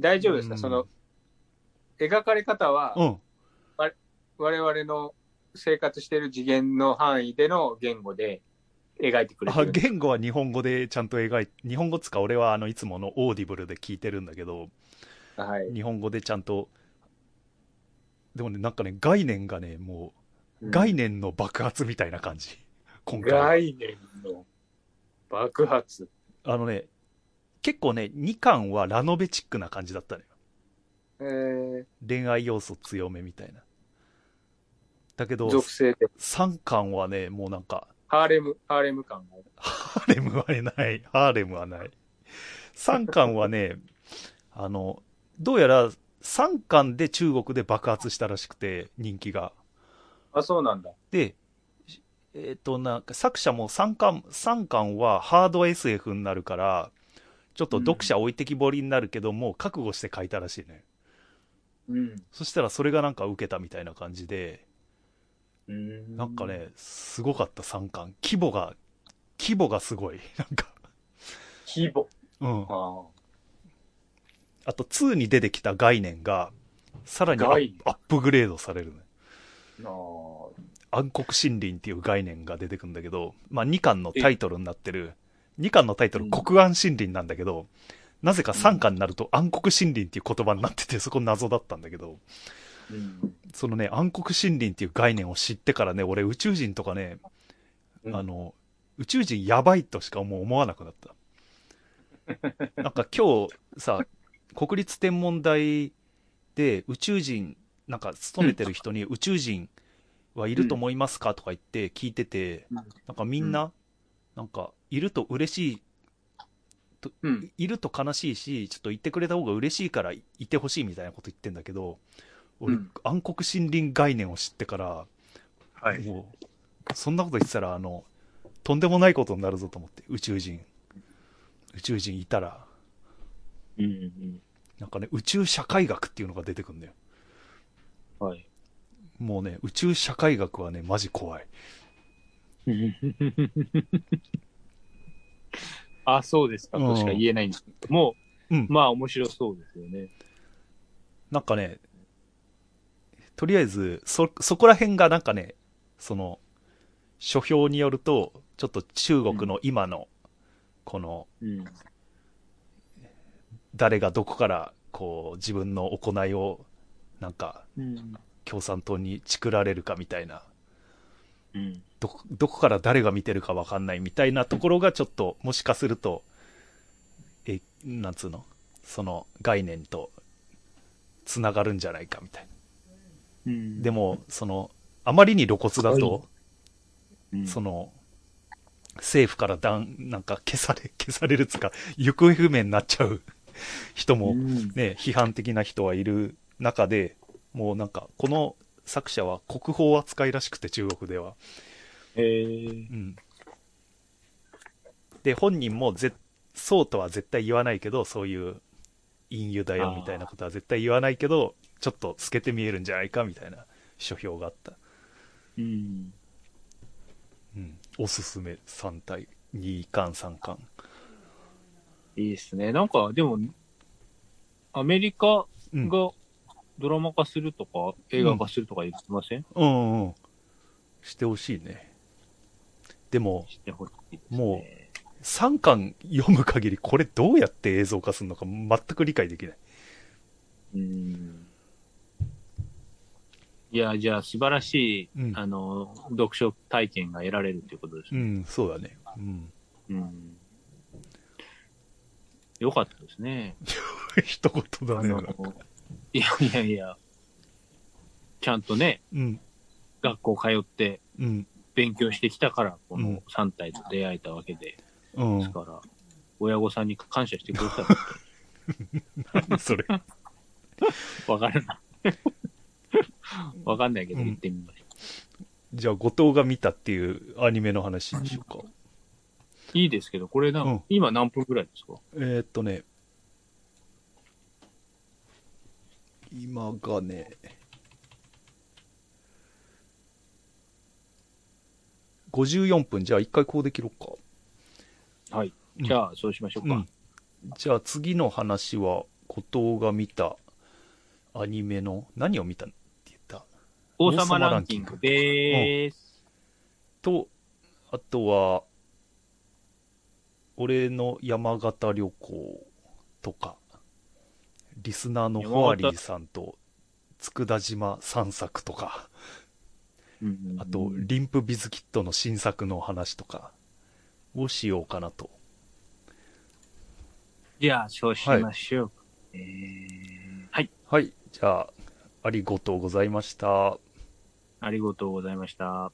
B: 大丈夫です
A: う
B: か
A: ん
B: その、描かれ方は、
A: うん。
B: 我々の生活している次元の範囲での言語で描いてくれて
A: あ
B: る。
A: 言語は日本語でちゃんと描い日本語っつうか俺はあのいつものオーディブルで聞いてるんだけど、
B: はい。
A: 日本語でちゃんとでもねなんかね概念がねも
B: う
A: うん概念の爆発みたいな感じ、今回は
B: 概念の爆発。
A: あのね結構ね2巻はラノベチックな感じだったね
B: えー、
A: 恋愛要素強めみたいなだけど
B: 属性で。
A: 3巻はねもうなんか
B: ハーレム、ハーレム感がある。
A: ハーレムはないハーレムはない3巻はねあのどうやら3巻で中国で爆発したらしくて人気が
B: あ、そうなんだ。
A: で、しえっ、と、なんか作者も3巻、三巻はハード SF になるから、ちょっと読者置いてきぼりになるけど、もう覚悟して書いたらしいね。
B: うん。
A: そしたらそれがなんか受けたみたいな感じで、
B: うん
A: なんか。ね、すごかった3巻。規模が、規模がすごい。 なんか、
B: 規模。
A: うん。
B: あ
A: あと2に出てきた概念が、さらにア
B: 概
A: ッ
B: 念
A: アップグレードされるね。
B: あ。あ
A: 暗黒森林っていう概念が出てくんだけど、まあ、2巻のタイトルになってる、2巻のタイトル、
B: うん
A: 黒暗森林なんだけど、なぜか参加になると暗黒森林っていう言葉になってて、そこ謎だったんだけど、
B: うん
A: そのね、暗黒森林っていう概念を知ってからね、俺宇宙人とかね、
B: うん
A: あの、宇宙人やばいとしかもう思わなくな った。なんか今日さ、国立天文台で宇宙人、なんか勤めてる人に宇宙人はいると思いますかとか言って聞いてて、
B: うん
A: なんかみんな、なんかいると嬉しい
B: うん。
A: いると悲しいし、ちょっと行ってくれた方が嬉しいからいてほしいみたいなこと言ってんだけど、俺、
B: うん
A: 暗黒森林概念を知ってから、
B: は。
A: もう、そんなこと言ってたら、あの、とんでもないことになるぞと思って、宇宙人。宇宙人いたら、
B: うんうん。
A: なんかね、宇宙社会学っていうのが出てくんだよ。
B: はい。
A: もうね、宇宙社会学はね、マジ怖い。
B: あ、そうですか、としか言えないんですけども、
A: うん
B: まあ面白そうですよね。
A: なんかね、とりあえず、そ、そこら辺がなんかね、その、書評によると、ちょっと中国の今の、この、
B: うん。
A: 誰がどこからこう自分の行いをなんか
B: うん。
A: 共産党にチクられるかみたいな
B: うん。
A: どこどこから誰が見てるかわかんないみたいなところがちょっともしかするとえなんつうのその概念とつながるんじゃないかみたいなでもそのあまりに露骨だと
B: うん、
A: その政府からだんなんか消され 消されるつうか行方不明になっちゃう 人も
B: うん
A: ね、批判的な人はいる中で、もうなんか、この作者は国宝扱いらしくて、中国では。
B: えー
A: うん。で、本人もぜ、そうとは絶対言わないけど、そういう隠喩だよみたいなことは絶対言わないけど、ちょっと透けて見えるんじゃないかみたいな書評があった。
B: うん。
A: うん。おすすめ3体、2巻3巻。
B: いいですね。なんか、でも、アメリカ
A: うん。
B: がドラマ化するとか、映画化するとか言ってません、
A: うんうん。してほしいね。でも、
B: してほしいですね
A: も3巻読む限りこれどうやって映像化するのか全く理解できない。
B: うん。いや、じゃあ、素晴らしい、
A: うん
B: あの、読書体験が得られるということです
A: う
B: ね。
A: ん、そうだね。うん。
B: うん。よかったですね。
A: 一言だ
B: あ
A: ね。
B: の、いやいやいや、ちゃんとね、
A: うん、
B: 学校通って
A: うん、
B: 勉強してきたから、こ
A: う
B: の
A: ん
B: 3体と出会えたわけで
A: う
B: です
A: ん。
B: から、親御さんに感謝してくれた
A: 何 それ。
B: らわからない。わかんないけど、
A: うん
B: 言ってみました。
A: じゃあ、後藤が見たっていうアニメの話にしようか。
B: いいですけど、これな、
A: うん
B: 今何分ぐらいですか
A: えー、っとね、今がね、54分。じゃあ、一回こうできろうか。
B: はい。
A: うん
B: じゃあ、そうしましょうか。
A: うんじゃあ次の話は、後藤が見たアニメの、何を見たって言った
B: 王様ランキングでーす。
A: と、あとは、俺の山形旅行とか、リスナーのホアリーさんと、佃島散策とか、
B: うん
A: あと、リンプビズキットの新作の話とかをしようかなと。
B: じゃあ、そうしましょう。えーはい。
A: はい、じゃあ、ありがとうございました。
B: ありがとうございました。